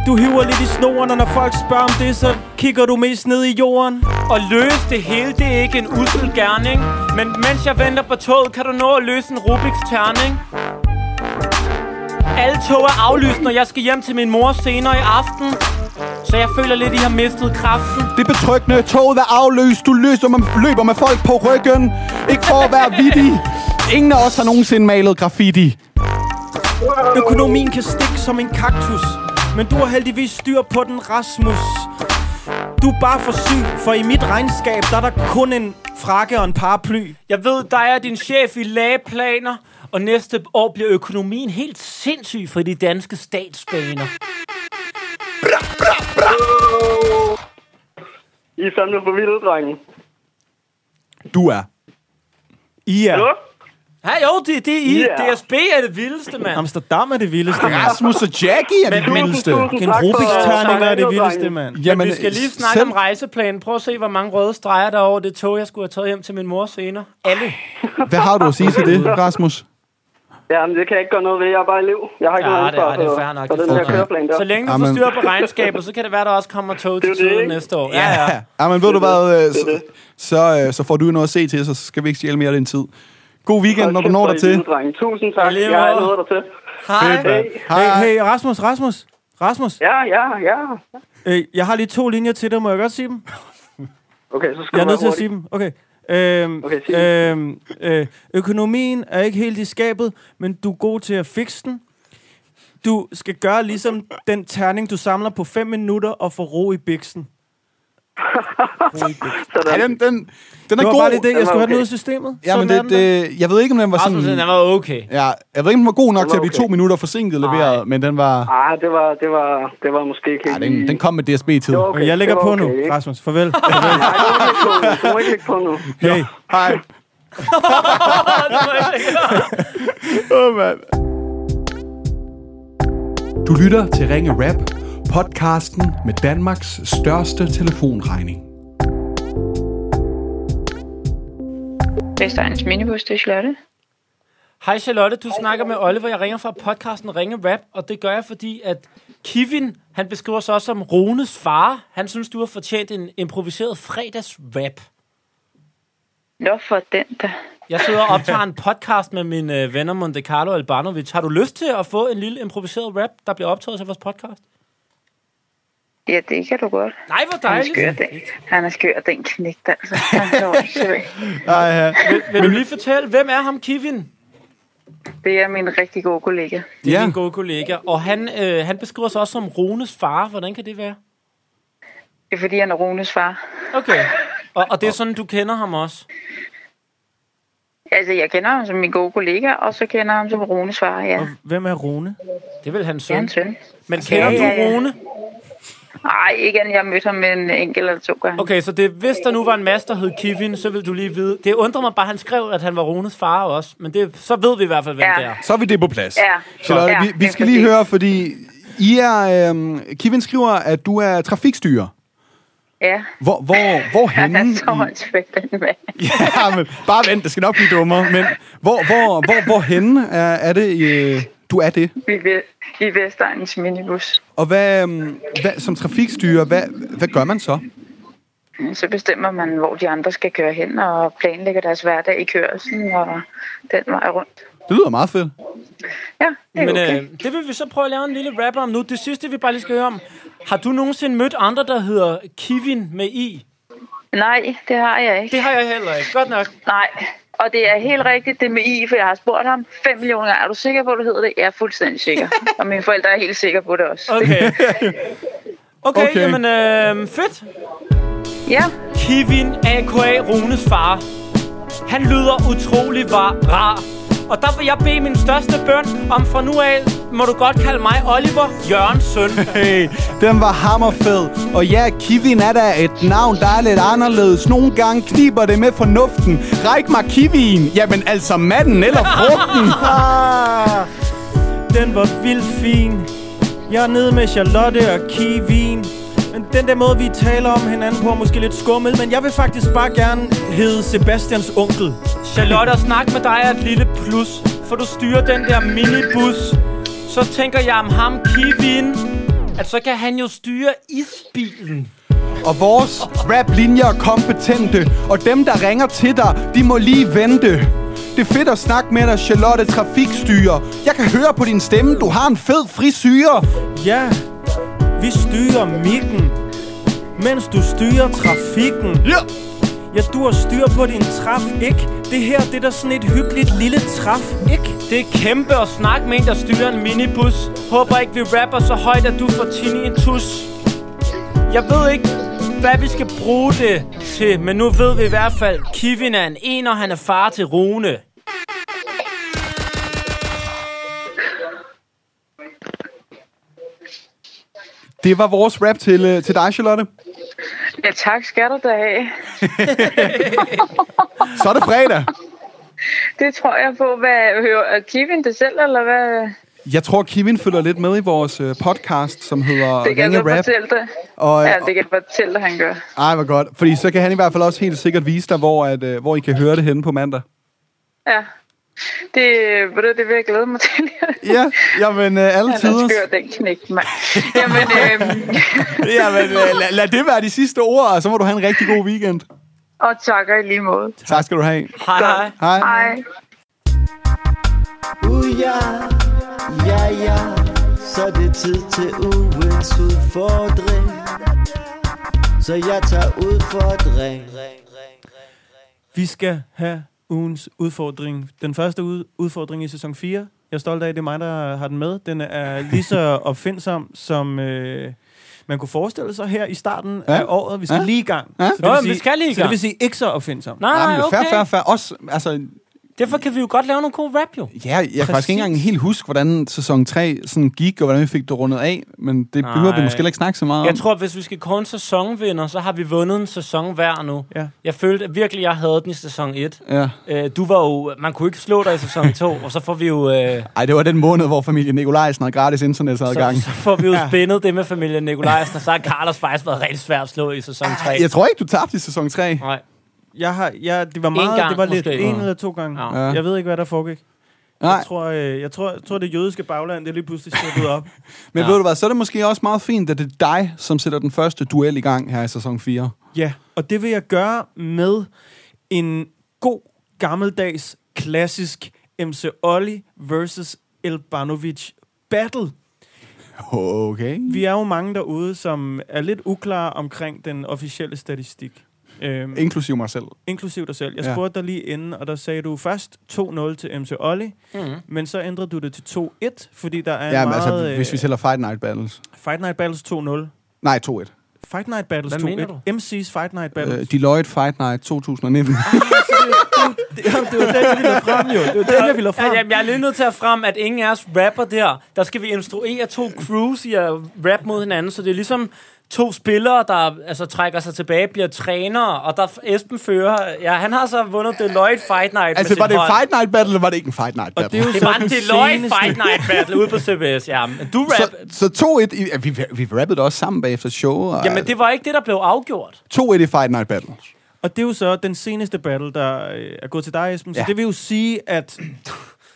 Speaker 3: Du hiver lidt i snoren, og når folk spørger om det, så kigger du mest ned i jorden.
Speaker 1: At løse det hele, det er ikke en ussel gerning. Men mens jeg venter på toget, kan du nå at løse en Rubiks terning. Alle tog er aflyst, når jeg skal hjem til min mor senere i aften. Så jeg føler lidt, I har mistet kraften.
Speaker 2: Det er betryggende. Toget er afløst. Du løser med, løber med folk på ryggen. Ikke for at være vittig. Ingen af os har nogensinde malet graffiti.
Speaker 3: Økonomien kan stikke som en kaktus, men du har heldigvis styr på den, Rasmus. Du er bare for syg, for i mit regnskab, der er der kun en frakke og en paraply.
Speaker 1: Jeg ved, dig og din chef i lageplaner. Og næste år bliver økonomien helt sindssyg for de danske statsbaner.
Speaker 4: I er fandme for vilde, drenge.
Speaker 2: Du er.
Speaker 3: I er.
Speaker 4: Ja.
Speaker 1: Ja, jo, det, det er I.
Speaker 4: Ja.
Speaker 1: DSB er det vildeste, mand.
Speaker 3: Amsterdam er det vildeste,
Speaker 1: [LAUGHS]
Speaker 3: mand.
Speaker 2: Rasmus og Jackie er det
Speaker 1: Men- men-
Speaker 2: vildeste.
Speaker 3: En Rubiks-terning er det vildeste, mand.
Speaker 1: Jamen, vi skal
Speaker 4: øh,
Speaker 1: lige snakke
Speaker 2: selv-
Speaker 1: om rejseplanen. Prøv at se, hvor mange røde streger der er over det tog, jeg skulle have taget hjem til min mor senere. Alle.
Speaker 2: Hvad har du at sige til det, Rasmus?
Speaker 4: Ja, men det kan jeg ikke gøre noget ved. Jeg er bare elev. Jeg har ikke
Speaker 1: Ja,
Speaker 4: noget
Speaker 1: det er-
Speaker 4: ansvar
Speaker 1: det er
Speaker 4: for-
Speaker 1: fair nok.
Speaker 4: for
Speaker 1: Det
Speaker 4: den
Speaker 1: er
Speaker 4: der
Speaker 2: fair.
Speaker 4: køreplan der.
Speaker 1: Så længe du får
Speaker 2: Jamen.
Speaker 1: styr på regnskabet, så kan det være, der også kommer tog til
Speaker 4: Det er jo det,
Speaker 1: tiden
Speaker 4: ikke?
Speaker 1: næste år. Ja, ja.
Speaker 2: Ja, men ved du hvad, øh,
Speaker 4: Det er
Speaker 2: så,
Speaker 4: det.
Speaker 2: så, øh, så får du noget at se til, så skal vi ikke stjæle mere af din tid. God weekend,
Speaker 4: Hold
Speaker 2: når du
Speaker 4: kæft,
Speaker 2: når
Speaker 4: hvor
Speaker 2: dig
Speaker 4: I
Speaker 2: til.
Speaker 4: vilde, drenge. Tusind tak.
Speaker 1: lige
Speaker 4: Jeg har
Speaker 1: måde.
Speaker 4: noget der til.
Speaker 1: Hej.
Speaker 3: Hey, hey, Rasmus, Rasmus. Rasmus,
Speaker 4: Ja, ja, ja.
Speaker 3: øh, jeg har lige to linjer til dig. Må jeg godt sige dem?
Speaker 4: Okay, så skal
Speaker 3: Jeg er
Speaker 4: du
Speaker 3: nødt til
Speaker 4: være
Speaker 3: at sige dem. Okay. Øhm,
Speaker 4: Okay, sig
Speaker 3: øhm, øh, økonomien er ikke helt i skabet, men du er god til at fikse den. Du skal gøre ligesom den terning, du samler på 5 minutter og få ro i biksen.
Speaker 4: hurtigt. Sådan.
Speaker 2: Ja, den, den, den er
Speaker 3: Det var bare
Speaker 2: god.
Speaker 3: lige det,
Speaker 4: Den
Speaker 3: jeg
Speaker 4: var
Speaker 3: skulle have den
Speaker 4: okay.
Speaker 3: ud af systemet.
Speaker 2: Ja, men
Speaker 3: Sådan er
Speaker 2: det,
Speaker 3: den der.
Speaker 2: det, jeg ved ikke, om den var
Speaker 1: Rasmus, den
Speaker 2: sådan...
Speaker 1: var okay.
Speaker 2: Ja, jeg ved ikke, om den var god nok
Speaker 4: Den
Speaker 2: til at
Speaker 4: var
Speaker 2: blive
Speaker 4: okay.
Speaker 2: to minutter forsinket
Speaker 1: Nej.
Speaker 2: leveret, men den var...
Speaker 4: Ah, det var, det var, det var måske ikke
Speaker 3: Ah,
Speaker 2: Ja, den, den kom med DSB-tid.
Speaker 4: Det var
Speaker 3: Okay, jeg lægger
Speaker 4: det
Speaker 3: på
Speaker 4: var
Speaker 3: nu,
Speaker 4: okay, ikke?
Speaker 3: Rasmus. Farvel. [LAUGHS]
Speaker 4: Nej, [LAUGHS] du må ikke lægge på nu. Du må ikke lægge på nu.
Speaker 3: Hey.
Speaker 2: Hej. Du lytter til Ringe Rap, podcasten med Danmarks største telefonregning.
Speaker 5: Vestegns minibus, det er Charlotte.
Speaker 1: Hej Charlotte, du snakker med Oliver. Jeg ringer fra podcasten Ringe Rap, og det gør jeg, fordi at Kevin, han beskriver sig også som Rones far. Han synes, du har fortjent en improviseret fredagsrap.
Speaker 5: Nå for den der.
Speaker 1: Jeg sidder og optager en podcast med mine øh, venner Monte Carlo og Albanovic. Har du lyst til at få en lille improviseret rap, der bliver optaget til vores podcast?
Speaker 5: Ja, det kan du godt.
Speaker 1: Nej, hvor
Speaker 5: Han er
Speaker 1: dejligt.
Speaker 5: skør, den. Han er skør, den knægt, altså. Han er så åndssvag.
Speaker 2: Ej, ja.
Speaker 1: Vil du lige fortælle, hvem er ham Kevin?
Speaker 5: Det er min rigtig gode kollega.
Speaker 1: Det er
Speaker 2: Ja.
Speaker 1: min gode kollega. Og han, øh, han beskriver sig også som Rones far. Hvordan kan det være?
Speaker 5: Det er fordi, han er Runes far.
Speaker 1: Okay. Og, og det er sådan, du kender ham også?
Speaker 5: Altså, jeg kender ham som min gode kollega, og så kender jeg ham som Runes far, ja.
Speaker 3: Hvem er Rune?
Speaker 1: Det vil han
Speaker 5: Det er
Speaker 1: søn.
Speaker 5: hans søn.
Speaker 1: Men kender
Speaker 5: Ja, ja,
Speaker 1: du
Speaker 5: ja.
Speaker 1: Rune?
Speaker 5: Nej, ikke end jeg mødte ham en enkelt eller to gange.
Speaker 1: Okay, så det, hvis der nu var en masse, der hed Kevin, så vil du lige vide. Det undrer mig bare, at han skrev, at han var Rones far også. Men det, så ved vi i hvert fald, hvem
Speaker 5: Ja.
Speaker 1: det er.
Speaker 2: Så er vi det på plads.
Speaker 5: Ja.
Speaker 2: Charlotte,
Speaker 5: Ja,
Speaker 2: vi, vi
Speaker 5: det er
Speaker 2: skal lige
Speaker 5: præcis.
Speaker 2: høre, fordi I er... Øhm, Kevin skriver, at du er trafikstyrer.
Speaker 5: Ja,
Speaker 2: Hvor, hvor, hvor
Speaker 5: han
Speaker 2: henne?
Speaker 5: er så
Speaker 2: i-
Speaker 5: håndsvægt, den mand.
Speaker 2: [LAUGHS] ja, men bare vent, det skal nok blive dummere. Men hvor, hvor, hvor, hvor henne er, er det, øh, du er det?
Speaker 5: I, Ve- I Vestegnens minibus.
Speaker 2: Og hvad, øhm, hvad som trafikstyrer, hvad, hvad gør man så?
Speaker 5: Så bestemmer man, hvor de andre skal køre hen, og planlægger deres hverdag i kørselen og den vej rundt.
Speaker 2: Det lyder meget fedt.
Speaker 5: Ja, det er
Speaker 1: Men
Speaker 5: okay.
Speaker 1: øh, det vil vi så prøve at lave en lille rapper om nu. Det sidste, vi bare lige skal høre om. Har du nogensinde mødt andre, der hedder Kevin med I?
Speaker 5: Nej, det har jeg ikke.
Speaker 1: Det har jeg heller ikke. Godt nok.
Speaker 5: Nej, og det er helt rigtigt, det med I, for jeg har spurgt ham 5 millioner gange. Er du sikker på, at du hedder det? Jeg er fuldstændig
Speaker 2: [LAUGHS]
Speaker 5: sikker. og mine forældre er helt sikre på det også. [LAUGHS]
Speaker 1: Okay. Okay,
Speaker 2: Okay.
Speaker 1: okay. jamen øh, fedt.
Speaker 5: Ja,
Speaker 1: Kevin, a.k.a. Runes far. Han lyder utrolig var, rar. Og der vil jeg bede min største bøn om fra nu af, må du godt kalde mig Oliver Jørgens søn.
Speaker 2: Hey, den var hammerfed. Og ja, Kivin er da et navn, der er lidt anderledes. Nogle gange kniber det med fornuften. Ræk mig Kivin. Jamen altså manden eller
Speaker 5: [LAUGHS]
Speaker 2: frugten. Ah.
Speaker 3: Den var vildt fin. Jeg er nede med Charlotte og Kivin. Men den der måde, vi taler om hinanden på, er måske lidt skummel, men jeg vil faktisk bare gerne hedde Sebastians onkel.
Speaker 1: Charlotte, at snakke med dig er et lille plus, for du styrer den der minibus. Så tænker jeg om ham, Kevin, at så kan han jo styre isbilen.
Speaker 2: Og vores raplinjer er kompetente. Og dem, der ringer til dig, de må lige vente. Det er fedt at snakke med dig, Charlotte Trafikstyrer. Jeg kan høre på din stemme, du har en fed frisyre.
Speaker 3: Ja, vi styrer mikken, mens du styrer trafikken.
Speaker 2: Ja.
Speaker 3: Ja, du har styr på din traf, ikke? Det her, det er da sådan et hyggeligt lille traf, ikke?
Speaker 1: Det er kæmpe at snakke med en, der styrer en minibus. Håber ikke, vi rapper så højt, at du får Tini en tus. Jeg ved ikke, hvad vi skal bruge det til, men nu ved vi i hvert fald, Kevin er en en, og han er far til Rune.
Speaker 2: Det var vores rap til, øh, til dig, Charlotte.
Speaker 5: ja tak skal du da have.
Speaker 2: Så er det fredag.
Speaker 5: Det tror jeg på. Hvad hører Kevin det selv, eller hvad?
Speaker 2: Jeg tror, Kevin følger lidt med i vores øh, podcast, som hedder
Speaker 5: Det kan
Speaker 2: Ringe
Speaker 5: jeg godt
Speaker 2: Rap.
Speaker 5: fortælle dig.
Speaker 2: Og,
Speaker 5: Ja, det kan jeg fortælle dig, han gør.
Speaker 2: Ej, hvor godt. Fordi så kan han i hvert fald også helt sikkert vise dig, hvor, at, øh, hvor I kan høre det henne på mandag.
Speaker 5: Ja. Det, ved du, det vil jeg glæde mig til. [LAUGHS]
Speaker 2: Ja, jamen øh, alle
Speaker 5: Han er
Speaker 2: tider. [LAUGHS]
Speaker 5: skør, den knæk, mand. Jamen, øhm,
Speaker 2: Jamen, øh, lad, lad det være de sidste ord, og så må du have en rigtig god weekend.
Speaker 5: og takker i lige måde.
Speaker 2: Tak skal du have.
Speaker 1: Hej, hej.
Speaker 2: Hej.
Speaker 5: Hej.
Speaker 6: Uja, ja ja, så er det tid til ugens udfordring. Så jeg tager udfordring.
Speaker 3: Vi skal have ugens udfordring. Den første ud- udfordring i sæson 4. Jeg er stolt af, at det er mig, der har den med. Den er lige
Speaker 2: [LAUGHS]
Speaker 3: så opfindsom, som øh, man kunne forestille sig her i starten
Speaker 2: Ja.
Speaker 3: ja. af året. Vi skal
Speaker 2: Ja.
Speaker 3: ja. lige i gang.
Speaker 2: Ja.
Speaker 3: Så det
Speaker 1: Nå,
Speaker 3: vil
Speaker 1: men vi skal lige i
Speaker 3: Så det
Speaker 1: gang.
Speaker 3: vil sige ikke så opfindsom.
Speaker 1: Nej,
Speaker 2: Jamen,
Speaker 1: nej,
Speaker 2: okay. fair, fair,
Speaker 1: okay.
Speaker 2: fair. Også, altså, ja,
Speaker 1: Derfor kan vi jo godt lave nogle gode rap, jo.
Speaker 2: jeg kan faktisk ikke engang helt huske, hvordan sæson 3 sådan gik, og hvordan vi fik det rundet af. Men det
Speaker 1: Nej.
Speaker 2: behøver vi måske heller ikke snakke så meget om.
Speaker 1: Jeg tror, at hvis vi skal kåre en sæsonvinder, så har vi vundet en sæson hver nu.
Speaker 3: Ja.
Speaker 1: Jeg følte at virkelig, jeg havde den i sæson 1.
Speaker 2: Ja.
Speaker 1: Øh, du var jo... Man kunne ikke slå dig i sæson 2, og så får vi jo... Øh,
Speaker 2: Ej, det var den måned, hvor familien Nikolajsen havde gratis internetadgang.
Speaker 1: så, så får vi jo spændet det med familien Nikolajsen, og så har Carlos faktisk været rigtig svært at slå i sæson 3.
Speaker 2: Jeg tror ikke, du tabte i sæson 3.
Speaker 1: Nej.
Speaker 3: Jeg har, jeg, det var meget,
Speaker 1: gang,
Speaker 3: det var lidt
Speaker 1: måske.
Speaker 3: en eller to gange.
Speaker 1: Ja.
Speaker 3: Ja.
Speaker 2: Ja.
Speaker 3: Jeg ved ikke, hvad der foregik.
Speaker 2: Nej,
Speaker 3: Jeg tror, øh, jeg, tror, jeg tror, det jødiske bagland, det er lige pludselig steppet op.
Speaker 2: men
Speaker 1: Ja.
Speaker 2: ved du hvad, så er det måske også meget fint, at det er dig, som sætter den første duel i gang her i sæson 4.
Speaker 3: Ja, og det vil jeg gøre med en god gammeldags klassisk MC Olli versus Elbanovic battle.
Speaker 2: Okay.
Speaker 3: Vi er jo mange derude, som er lidt uklare omkring den officielle statistik. Øhm,
Speaker 2: Inklusiv mig selv.
Speaker 3: inklusiv dig selv. Jeg
Speaker 2: Ja.
Speaker 3: spurgte dig lige inden, og der sagde du først 2-0 til MC Olli,
Speaker 1: Mhm.
Speaker 3: men så ændrede du det til 2-1, fordi der er
Speaker 2: Ja,
Speaker 3: en
Speaker 2: men
Speaker 3: meget...
Speaker 2: altså, hvis vi
Speaker 3: øh,
Speaker 2: tæller Fight Night Battles.
Speaker 3: Fight Night Battles 2-0.
Speaker 2: Nej, 2-1.
Speaker 3: Fight Night Battles
Speaker 1: Hvad
Speaker 3: 2-1.
Speaker 1: mener du?
Speaker 3: MC's Fight Night Battles.
Speaker 2: Øh, Deloitte Fight Night 2019.
Speaker 3: det, det var den, jeg ville have frem, jo. Det var den, jeg ville have
Speaker 1: Ja,
Speaker 3: frem.
Speaker 1: jamen, jeg er lige nødt til at frem, at ingen af os rapper der. Der skal vi instruere to crews i at rap mod hinanden, så det er ligesom to spillere, der altså, trækker sig tilbage, bliver trænere, og der er Esben fører. Ja, han har så vundet Deloitte Fight Night
Speaker 2: Altså,
Speaker 1: med
Speaker 2: var
Speaker 1: sit
Speaker 2: det en
Speaker 1: hold.
Speaker 2: fight night battle, eller var det ikke en fight night battle?
Speaker 3: det er jo
Speaker 1: Det
Speaker 3: så
Speaker 1: var en
Speaker 3: den
Speaker 1: Deloitte
Speaker 3: seneste-
Speaker 1: Fight Night Battle ude på CBS, ja. Men du rap...
Speaker 2: [LAUGHS] så, så 2-1, i- ja, vi, vi rappede også sammen bagefter show. Og,
Speaker 1: Jamen, det var ikke det, der blev afgjort.
Speaker 2: 2-1 i Fight Night Battle.
Speaker 3: Og det er jo så den seneste battle, der øh, er gået til dig, Esben. Så
Speaker 2: Ja.
Speaker 3: ja. det vil jo sige, at,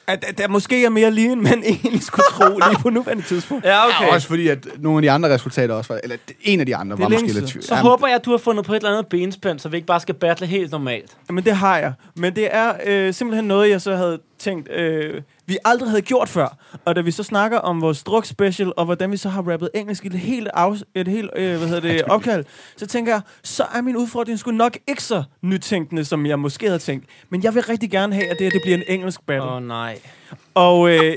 Speaker 3: at, at der måske er mere lige, end man egentlig skulle tro lige på nuværende tidspunkt.
Speaker 1: Ja,
Speaker 2: Okay. Også fordi, at nogle af de andre resultater også var... Eller en af de andre var
Speaker 3: længe
Speaker 2: måske lidt
Speaker 3: siden.
Speaker 2: tvivl.
Speaker 1: Så håber jeg, at du har fundet på et eller andet benspænd, så vi ikke bare skal battle helt normalt.
Speaker 3: Men det har jeg. Men det er øh, simpelthen noget, jeg så havde tænkt, øh, vi aldrig havde gjort før. Og da vi så snakker om vores druk special, og hvordan vi så har rappet engelsk i et helt, af, et helt øh,
Speaker 1: [LAUGHS]
Speaker 3: hvad hedder det, opkald, så tænker jeg, så er min udfordring sgu nok ikke så nytænkende, som jeg måske havde tænkt. Men jeg vil rigtig gerne have, at det, her, det bliver en engelsk battle.
Speaker 1: Åh, oh, nej.
Speaker 3: Og øh,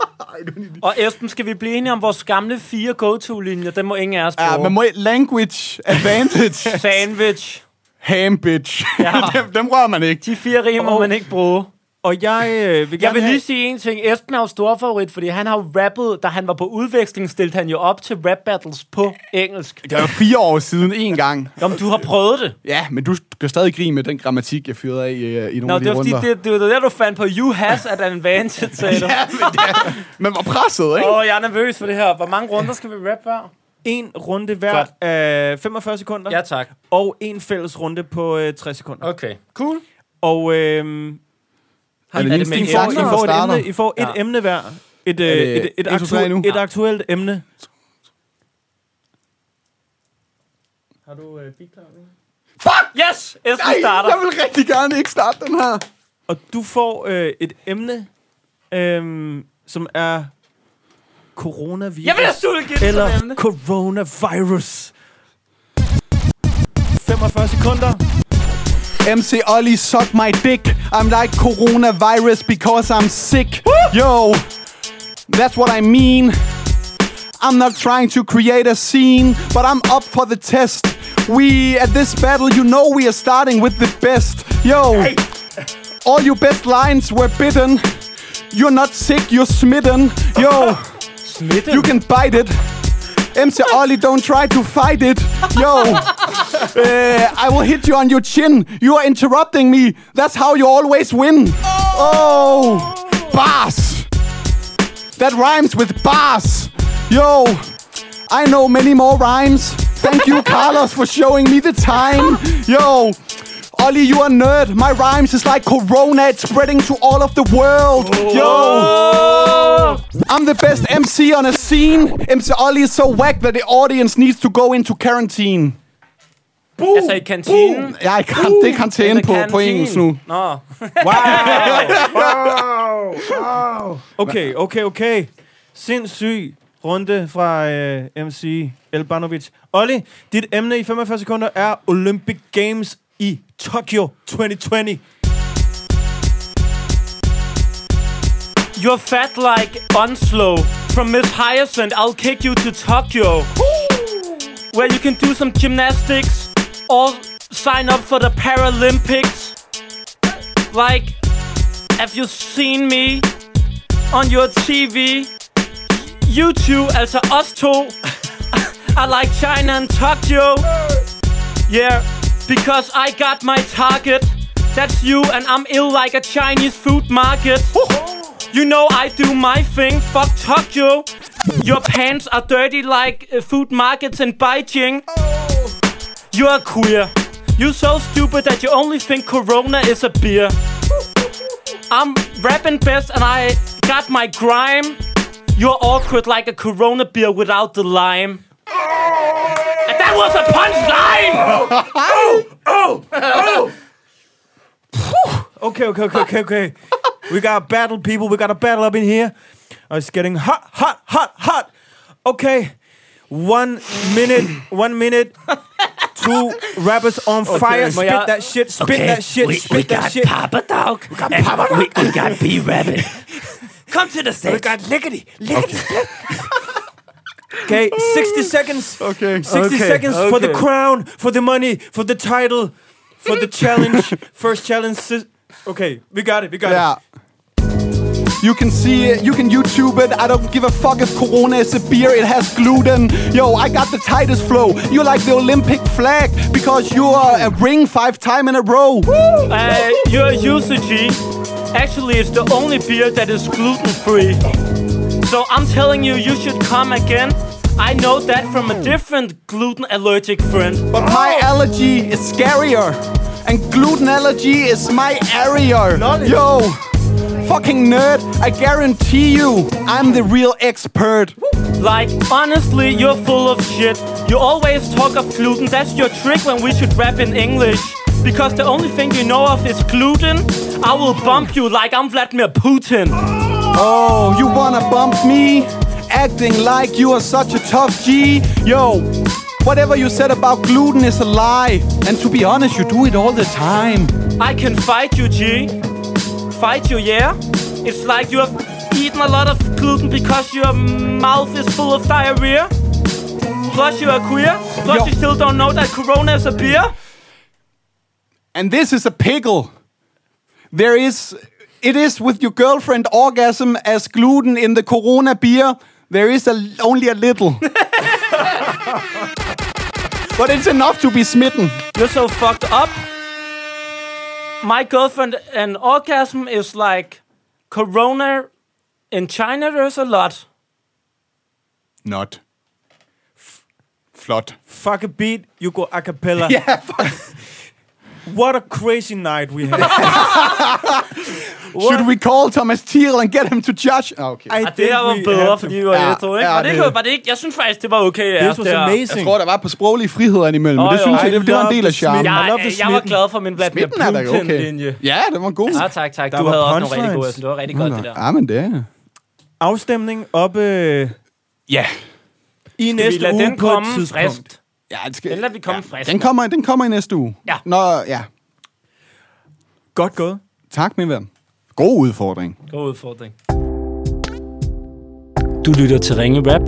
Speaker 1: Og Esben, skal vi blive enige om vores gamle fire go-to-linjer? Den må ingen af os bruge.
Speaker 2: Ja, man må... Language advantage.
Speaker 1: Sandwich.
Speaker 2: Ham bitch.
Speaker 1: Ja.
Speaker 2: [LAUGHS] dem, dem rører man ikke.
Speaker 1: De fire rim må
Speaker 3: Og-
Speaker 1: man ikke bruge.
Speaker 3: Og jeg øh, vil gerne
Speaker 1: Jeg vil lige
Speaker 3: have...
Speaker 1: sige en ting. Esben er jo stor favorit, fordi han har jo rappet, da han var på udveksling, stillede han jo op til rap battles på engelsk.
Speaker 2: Det var fire år siden en gang.
Speaker 1: Nå, men du har prøvet det.
Speaker 2: Ja, men du kan stadig grine med den grammatik, jeg fyrede af øh, i nogle
Speaker 1: Nå,
Speaker 2: af de
Speaker 1: det var fordi,
Speaker 2: runder.
Speaker 1: det, det, var det, du fandt på You Has at Advantage, sagde du.
Speaker 2: [LAUGHS] Ja, men det er, man var presset, ikke?
Speaker 1: Åh, oh, jeg er nervøs for det her. Hvor mange runder skal vi rap hver?
Speaker 3: en runde hver
Speaker 1: Godt.
Speaker 3: af 45 sekunder,
Speaker 1: Ja, tak.
Speaker 3: og en fælles runde på øh, 60 sekunder.
Speaker 1: Okay. Cool.
Speaker 3: Og øh,
Speaker 1: Har
Speaker 2: Er det
Speaker 1: er
Speaker 2: lige
Speaker 1: med
Speaker 2: Stine
Speaker 1: en
Speaker 2: Fox,
Speaker 3: I,
Speaker 1: emne?
Speaker 2: Starter
Speaker 3: får
Speaker 2: og
Speaker 3: et
Speaker 2: starter.
Speaker 3: emne, I får et
Speaker 1: Ja.
Speaker 3: emne hver. Et, øh,
Speaker 2: det
Speaker 3: et, et,
Speaker 2: en, to, tre
Speaker 3: aktuelt,
Speaker 2: nu?
Speaker 3: et aktuelt emne. Har du øh,
Speaker 2: Fuck!
Speaker 1: Yes! Esben
Speaker 2: Nej, jeg
Speaker 1: starter.
Speaker 2: vil rigtig gerne ikke starte den her.
Speaker 3: Og du får øh, et emne, øh, som er coronavirus.
Speaker 1: Jeg vil have sulget
Speaker 3: eller
Speaker 1: som emne.
Speaker 3: coronavirus. 45 sekunder.
Speaker 2: MC Olli, suck my dick. I'm like coronavirus because I'm sick. Yo, that's what I mean. I'm not trying to create a scene, but I'm up for the test. We, at this battle, you know we are starting with the best. Yo, all your best lines were bitten. You're not sick, you're smitten. Yo, you can bite it. MC Ollie, don't try to fight it. Yo. Uh, I will hit you on your chin. You are interrupting me. That's how you always win. Oh, bass. That rhymes with bass. Yo, I know many more rhymes. Thank you, Carlos, for showing me the time. Yo, Ollie, you are nerd. My rhymes is like corona. It's spreading to all of the world. Yo. I'm the best MC on a scene. MC Ollie is so whack that the audience needs to go into quarantine.
Speaker 1: Altså i kantinen.
Speaker 2: Uh, jeg kan, det er karantæne på, på engelsk nu.
Speaker 1: Nå.
Speaker 3: Okay, okay, okay. Sindssyg runde fra øh, MC Elbanovic. Olli, dit emne i 45 sekunder er Olympic Games i Tokyo 2020.
Speaker 1: You're fat like Onslow. From Miss Hyacinth, I'll kick you to Tokyo. Where you can do some gymnastics or sign up for the Paralympics. Like, have you seen me on your TV? You two, [LAUGHS] altså os to, I like China and Tokyo. Yeah, because I got my target. That's you, and I'm ill like a Chinese food market. You know I do my thing, fuck Tokyo. Your pants are dirty like uh, food markets in Beijing. You're queer. You're so stupid that you only think Corona is a beer. I'm rapping best and I got my grime. You're awkward like a Corona beer without the lime. And that was a punchline!
Speaker 3: Okay, okay, okay, okay, okay. We got a battle, people. We got a battle up in here. Oh, It's getting hot, hot, hot, hot. Okay. One minute, one minute. Two rappers on fire.
Speaker 1: må
Speaker 3: Spit
Speaker 1: jeg-
Speaker 3: that shit. Spit that shit.
Speaker 1: we,
Speaker 3: spit
Speaker 1: we
Speaker 3: that
Speaker 1: got
Speaker 3: shit.
Speaker 1: Papa Dog. We got Papa Dog. We, we got B Rabbit. [LAUGHS] Come to the stage.
Speaker 3: lickety, lickety. Okay. 60 seconds.
Speaker 2: Okay.
Speaker 3: 60
Speaker 1: Okay,
Speaker 3: seconds for the
Speaker 1: okay.
Speaker 3: crown, for the money, for the title, [LAUGHS] for the challenge. First challenge. si- Okay, we got it, we got
Speaker 2: Ja.
Speaker 3: it.
Speaker 2: You can see it, you can YouTube it. I don't give a fuck if Corona is a beer, it has gluten. Yo, I got the tightest flow. You're like the Olympic flag because you are a ring five time in a row.
Speaker 1: Uh, your usage actually is the only beer that is gluten free. So I'm telling you, you should come again. I know that from a different gluten allergic friend.
Speaker 2: But my allergy is scarier. And gluten allergy is my area. Yo, fucking nerd, I guarantee you, I'm the real expert.
Speaker 1: Like, honestly, you're full of shit. You always talk of gluten, that's your trick when we should rap in English. Because the only thing you know of is gluten. I will bump you like I'm Vladimir Putin.
Speaker 2: Oh, you wanna bump me? Acting like you are such a tough G. Yo, whatever you said about gluten is a lie. And to be honest, you do it all the time.
Speaker 1: I can fight you, G. Fight you, yeah? It's like you have eaten a lot of gluten because your mouth is full of diarrhea. Plus, you are queer. Plus,
Speaker 2: Yo.
Speaker 1: you still don't know that Corona is a beer.
Speaker 2: And this is a pickle. There is, it is with your girlfriend orgasm as gluten in the Corona beer. There is a, only a little. [LAUGHS] but it's enough to be smitten.
Speaker 1: You're so fucked up. My girlfriend and orgasm is like Corona in China. There's a lot.
Speaker 2: Not. Flot.
Speaker 3: Fuck a beat, you go a
Speaker 2: [LAUGHS]
Speaker 3: cappella.
Speaker 2: Yeah, fuck.
Speaker 3: What a crazy night we
Speaker 2: [LAUGHS]
Speaker 3: had.
Speaker 2: Should we call Thomas Thiel and get him to judge? Oh, okay.
Speaker 1: Og
Speaker 3: I
Speaker 1: Ah, det der var bedre, fordi vi var
Speaker 2: Ja,
Speaker 1: ja, tror ikke?
Speaker 2: ja,
Speaker 1: var, det
Speaker 2: det-
Speaker 1: ikke var det ikke? Jeg synes faktisk, det var okay.
Speaker 3: This was
Speaker 2: Jeg
Speaker 3: amazing.
Speaker 2: tror, der var på sproglige friheder imellem, men
Speaker 1: Åh,
Speaker 2: det
Speaker 1: jo.
Speaker 2: synes jeg,
Speaker 1: I
Speaker 2: det, det var en
Speaker 3: love
Speaker 2: del af
Speaker 3: the
Speaker 2: charmen.
Speaker 3: smitten.
Speaker 1: Jeg,
Speaker 3: I love the
Speaker 1: jeg var
Speaker 3: smitten.
Speaker 1: glad for min Vladimir
Speaker 2: Midten er da jo okay.
Speaker 1: Putin-linje.
Speaker 2: Ja, den var god.
Speaker 1: Ja, tak, tak.
Speaker 3: Der
Speaker 1: Du
Speaker 3: var
Speaker 1: havde også nogle rigtig gode.
Speaker 3: punchlines.
Speaker 1: Det var rigtig godt, det der.
Speaker 2: Ja, men det er...
Speaker 3: Afstemning oppe øh,
Speaker 2: Ja.
Speaker 3: i
Speaker 1: Vi
Speaker 3: næste
Speaker 1: lader
Speaker 3: uge
Speaker 1: den
Speaker 3: på et
Speaker 1: komme
Speaker 3: tidspunkt.
Speaker 1: frist.
Speaker 2: ja den, skal,
Speaker 1: Den lader vi komme frist.
Speaker 2: den, kommer, den kommer i næste uge.
Speaker 1: Ja.
Speaker 2: Nå, ja.
Speaker 3: Godt gået.
Speaker 2: Tak, min ven. God udfordring.
Speaker 1: God udfordring. Du lytter til Ringe Rap.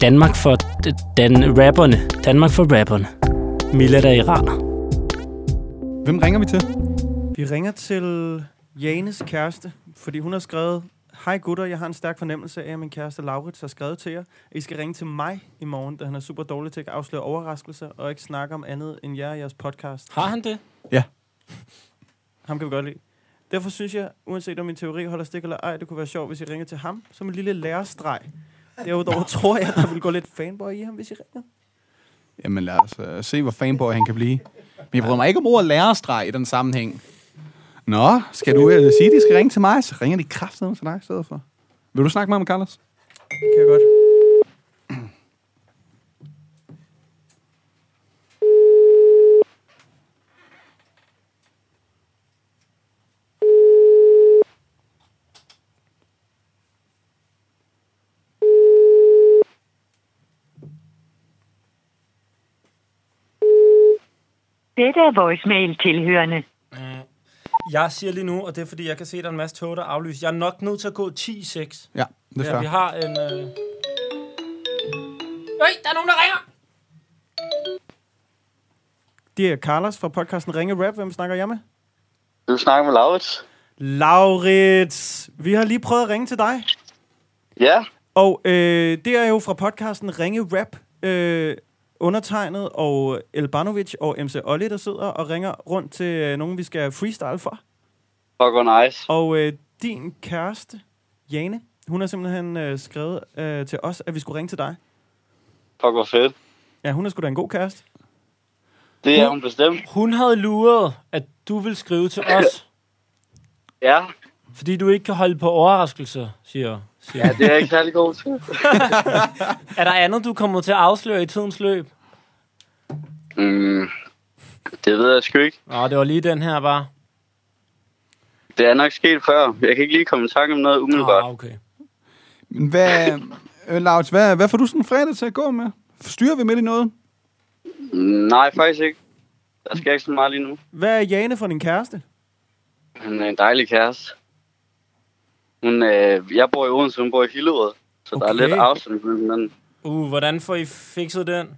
Speaker 1: Danmark for d- dan- rapperne. Danmark for rapperne. Mila der iraner.
Speaker 2: Hvem ringer vi til?
Speaker 3: Vi ringer til Janes kæreste, fordi hun har skrevet, Hej gutter, jeg har en stærk fornemmelse af, at min kæreste Laurits har skrevet til jer. I skal ringe til mig i morgen, da han er super dårlig til at afsløre overraskelser og ikke snakke om andet end jer og jeres podcast.
Speaker 1: Har han det?
Speaker 3: Ham kan vi godt lide. Derfor synes jeg, uanset om min teori holder stik eller ej, det kunne være sjovt, hvis I ringer til ham som en lille lærerstreg. Derudover tror jeg, der vil gå lidt fanboy i ham, hvis I ringer.
Speaker 2: Jamen lad os uh, se, hvor fanboy han kan blive. Men jeg bryder mig ikke om ordet lærerstreg i den sammenhæng. Nå, skal du uh, sige, at de skal ringe til mig? Så ringer de kraftedeme til dig i stedet for. Vil du snakke med ham, Carlos?
Speaker 3: Kan jeg godt.
Speaker 7: Dette er voicemail tilhørende.
Speaker 1: Jeg siger lige nu, og det er fordi, jeg kan se, at der er en masse tog, der er aflyst. Jeg er nok nødt til at gå 10-6.
Speaker 2: Ja, det er
Speaker 1: Ja, vi
Speaker 2: fair.
Speaker 1: har en... Øh... Øj, der er nogen, der ringer!
Speaker 3: Det er Carlos fra podcasten Ringe Rap. Hvem snakker jeg med?
Speaker 8: Du snakker med Laurits?
Speaker 3: Laurits, vi har lige prøvet at ringe til dig.
Speaker 8: Ja,
Speaker 3: Og øh, det er jo fra podcasten Ringe Rap, øh, undertegnet og Elbanovic og MC Olli, der sidder og ringer rundt til øh, nogen, vi skal freestyle for.
Speaker 8: fuck hvor nice.
Speaker 3: Og øh, din kæreste, Jane, hun har simpelthen øh, skrevet øh, til os, at vi skulle ringe til dig.
Speaker 8: Fuck hvor fedt.
Speaker 3: Ja, hun er sgu da en god kæreste.
Speaker 8: Det er hun bestemt.
Speaker 1: Hun havde luret, at du ville skrive til os,
Speaker 8: Ja,
Speaker 1: fordi du ikke kan holde på overraskelser, siger, siger.
Speaker 8: det er jeg ikke særlig god til.
Speaker 1: Er der andet, du kommer til at afsløre i tidens løb?
Speaker 8: Mm, det ved jeg sgu ikke.
Speaker 1: Nå, det var lige den her, bare.
Speaker 8: Det er nok sket før. Jeg kan ikke lige komme i tanke om noget umiddelbart.
Speaker 1: Ah, okay.
Speaker 2: Men Hvad, øh, Laurits, hvad, hvad får du sådan en fredag til at gå med? Forstyrrer vi midt i noget?
Speaker 8: Mm, Nej, faktisk ikke. Der sker ikke så meget lige nu.
Speaker 3: Hvad er Jane for din kæreste?
Speaker 8: Han er en dejlig kæreste. Hun, øh, jeg bor i Odense, hun bor i Hillerød. Så okay. der er
Speaker 3: Okay.
Speaker 8: lidt afstand imellem hinanden.
Speaker 1: Uh, hvordan får I fikset den?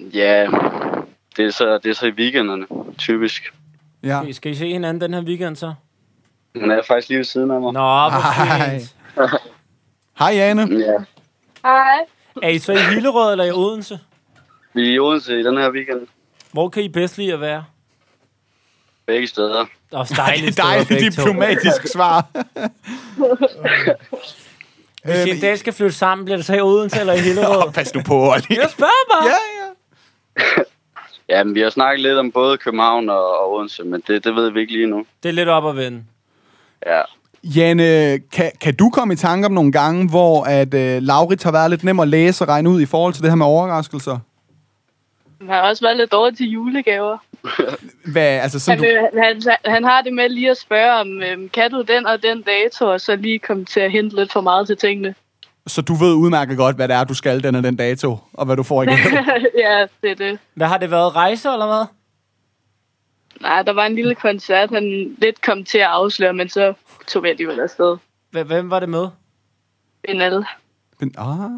Speaker 8: Ja, det er, så, det er så i weekenderne, typisk.
Speaker 2: Ja.
Speaker 1: Ah. Skal I se hinanden den her weekend så?
Speaker 9: Hun er faktisk lige ved siden af mig.
Speaker 1: Nå, hvor
Speaker 2: Ej.
Speaker 1: fint.
Speaker 2: Hej, Jane.
Speaker 9: Ja.
Speaker 10: Hej.
Speaker 1: Er I så i Hillerød eller i Odense?
Speaker 9: Vi er i Odense i den her weekend.
Speaker 1: Hvor kan I bedst lide at være?
Speaker 9: Begge steder.
Speaker 1: Der er dejligt.
Speaker 2: Dejligt [LAUGHS] diplomatisk svar.
Speaker 1: Hvis I en dag skal flytte sammen, bliver det så i Odense eller i
Speaker 2: Åh,
Speaker 1: Hillerød?
Speaker 2: pas nu på, Olli.
Speaker 1: Jeg spørger bare.
Speaker 2: [LAUGHS] Ja, ja.
Speaker 9: Ja, men vi har snakket lidt om både København og, og Odense, men det, det ved vi ikke lige nu.
Speaker 1: Det er lidt op at vende.
Speaker 9: Ja.
Speaker 2: Janne, kan, kan du komme i tanke om nogle gange, hvor at øh, Laurits har været lidt nem at læse og regne ud i forhold til det her med overraskelser?
Speaker 5: Han har også været lidt dårlig til julegaver.
Speaker 2: Hvad, altså sådan,
Speaker 5: Han,
Speaker 2: du,
Speaker 5: øh, han, han har det med lige at spørge om, øhm, kan du den og den dato, og så lige komme til at hente lidt for meget til tingene.
Speaker 2: så du ved udmærket godt, hvad det er, du skal den og den dato, og hvad du får igen.
Speaker 5: ja, det er det.
Speaker 1: Hvad har det været? Rejser eller hvad?
Speaker 5: Nej, der var en lille koncert, han lidt kom til at afsløre, men så tog vi alligevel afsted.
Speaker 1: Hv- Hvem var det med?
Speaker 5: Benal.
Speaker 2: ben, ah,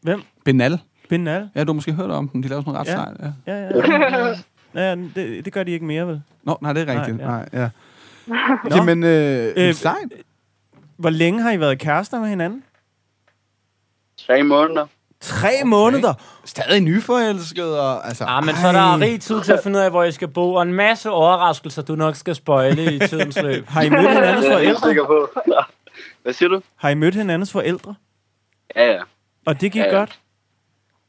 Speaker 3: Hvem?
Speaker 2: Benal.
Speaker 3: Benal?
Speaker 2: Ja, du har måske hørt om den. De laver sådan noget ret
Speaker 3: Ja.
Speaker 2: sejt. Ja.
Speaker 3: Ja, ja. ja. ja det, det gør de ikke mere, vel?
Speaker 2: Nå, nej, det er rigtigt.
Speaker 3: Nej, ja.
Speaker 2: Nej, ja. Jamen, øh, øh,
Speaker 3: Øh,
Speaker 2: sejt.
Speaker 3: Hvor længe har I været kærester med hinanden?
Speaker 9: Tre måneder.
Speaker 3: Tre okay. måneder!
Speaker 2: Stadig nyforelsket. Og, altså,
Speaker 1: Ah, men så er der rig tid til at finde ud af, hvor I skal bo, og en masse overraskelser, du nok skal spøjle i tidens løb.
Speaker 3: Har I mødt
Speaker 9: Det
Speaker 3: hinandens
Speaker 9: er jeg helt
Speaker 3: forældre?
Speaker 9: sikker på. [LAUGHS] Hvad siger du?
Speaker 3: Har I mødt hinandens forældre?
Speaker 9: Ja, ja.
Speaker 3: Og det gik
Speaker 9: Ja.
Speaker 3: godt?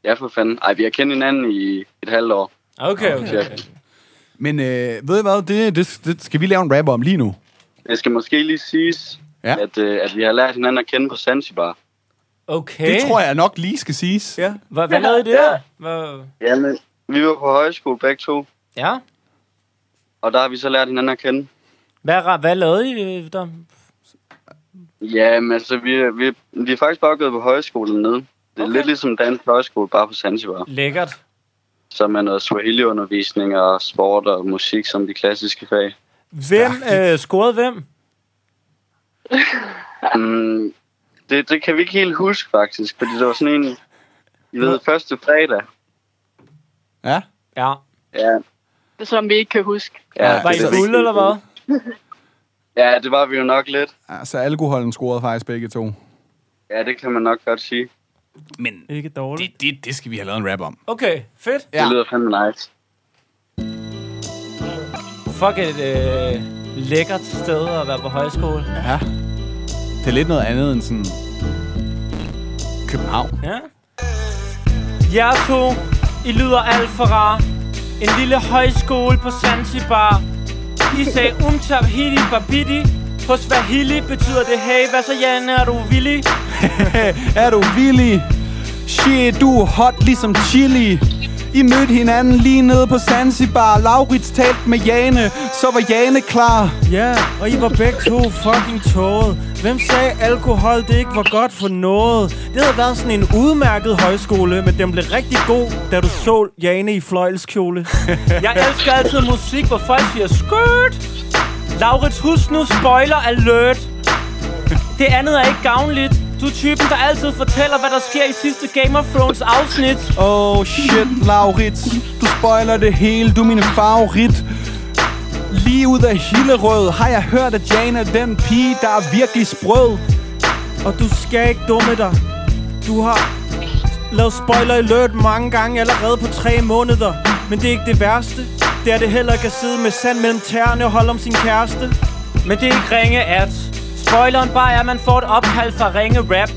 Speaker 9: Ja, for fanden. Ej, vi har kendt hinanden i et halvt år.
Speaker 1: Okay, okay.
Speaker 9: cirka.
Speaker 2: Men øh, ved I hvad, det, det, det skal vi lave en rap om lige nu.
Speaker 9: Det skal måske lige siges,
Speaker 2: Ja.
Speaker 9: ja. at, øh, at vi har lært hinanden at kende på Zanzibar.
Speaker 1: Okay.
Speaker 2: Det tror jeg nok lige skal siges.
Speaker 3: Ja.
Speaker 1: Hva- Hvad lavede I der? Hva-
Speaker 9: Ja, men... Vi var på højskole begge to,
Speaker 1: Ja.
Speaker 9: og der har vi så lært hinanden at kende.
Speaker 1: Hvad, ra- hvad lavede I øh, der?
Speaker 9: Ja, men altså, vi, vi, vi er faktisk bare gået på højskole dernede. Det er
Speaker 1: Okay.
Speaker 9: okay. lidt ligesom dansk højskole, bare på Zanzibar.
Speaker 1: Lækkert.
Speaker 9: Så med noget Swahili-undervisning og sport og musik som de klassiske fag.
Speaker 1: Hvem øh, scorede hvem?
Speaker 9: Mm, det, det kan vi ikke helt huske, faktisk, fordi det var sådan en... I ved, første fredag.
Speaker 2: Ja.
Speaker 1: Ja.
Speaker 9: Ja,
Speaker 5: Som vi ikke kan huske.
Speaker 9: ja,
Speaker 2: Ja,
Speaker 1: Var
Speaker 9: det
Speaker 1: I
Speaker 9: er
Speaker 2: så-
Speaker 1: fulde, eller hvad?
Speaker 9: Ja, det var vi jo nok lidt.
Speaker 2: Altså, alkoholen scorede faktisk begge to.
Speaker 9: Ja, det kan man nok godt sige.
Speaker 2: Men
Speaker 3: Ikke dårligt.
Speaker 2: det, det, det skal vi have lavet en rap om.
Speaker 1: Okay, fedt.
Speaker 2: Ja.
Speaker 9: Det lyder fandme nice.
Speaker 1: Fuck et øh, lækkert sted at være på højskole.
Speaker 2: Ja. Det er lidt noget andet end sådan... [LAUGHS] København.
Speaker 1: Ja. Jer to, I lyder alt for rar. En lille højskole på Zanzibar. I sagde umtab hili babidi. På Swahili betyder det, hey, hvad så Janne, er du villig?
Speaker 2: Er du villig? Shit, du er hot ligesom chili. I mødte hinanden lige nede på Zanzibar. Laurits talte med Jane, så var Jane klar.
Speaker 3: Ja, og I var begge to fucking tåget. Hvem sagde, alkohol det ikke var godt for noget? Det havde været sådan en udmærket højskole, men den blev rigtig god, da du så Jane i fløjelskjole.
Speaker 1: [LAUGHS] Jeg elsker altid musik, hvor folk siger skørt. Laurits, husk nu, spoiler alert. Det andet er ikke gavnligt. Du er typen, der altid fortæller, hvad der sker i sidste Game of Thrones afsnit.
Speaker 2: Oh shit, Laurits. Du spoiler det hele, du er min favorit. Lige ud af Hillerød har jeg hørt, at Jane er den pige, der er virkelig sprød.
Speaker 3: Og du skal ikke dumme dig. Du har lavet spoiler alert mange gange allerede på tre måneder. Men det er ikke det værste. Det er det heller ikke at sidde med sand mellem tæerne og holde om sin kæreste.
Speaker 1: Men det er ikke ringe at Spoileren bare er, at man får et opkald fra ringe rap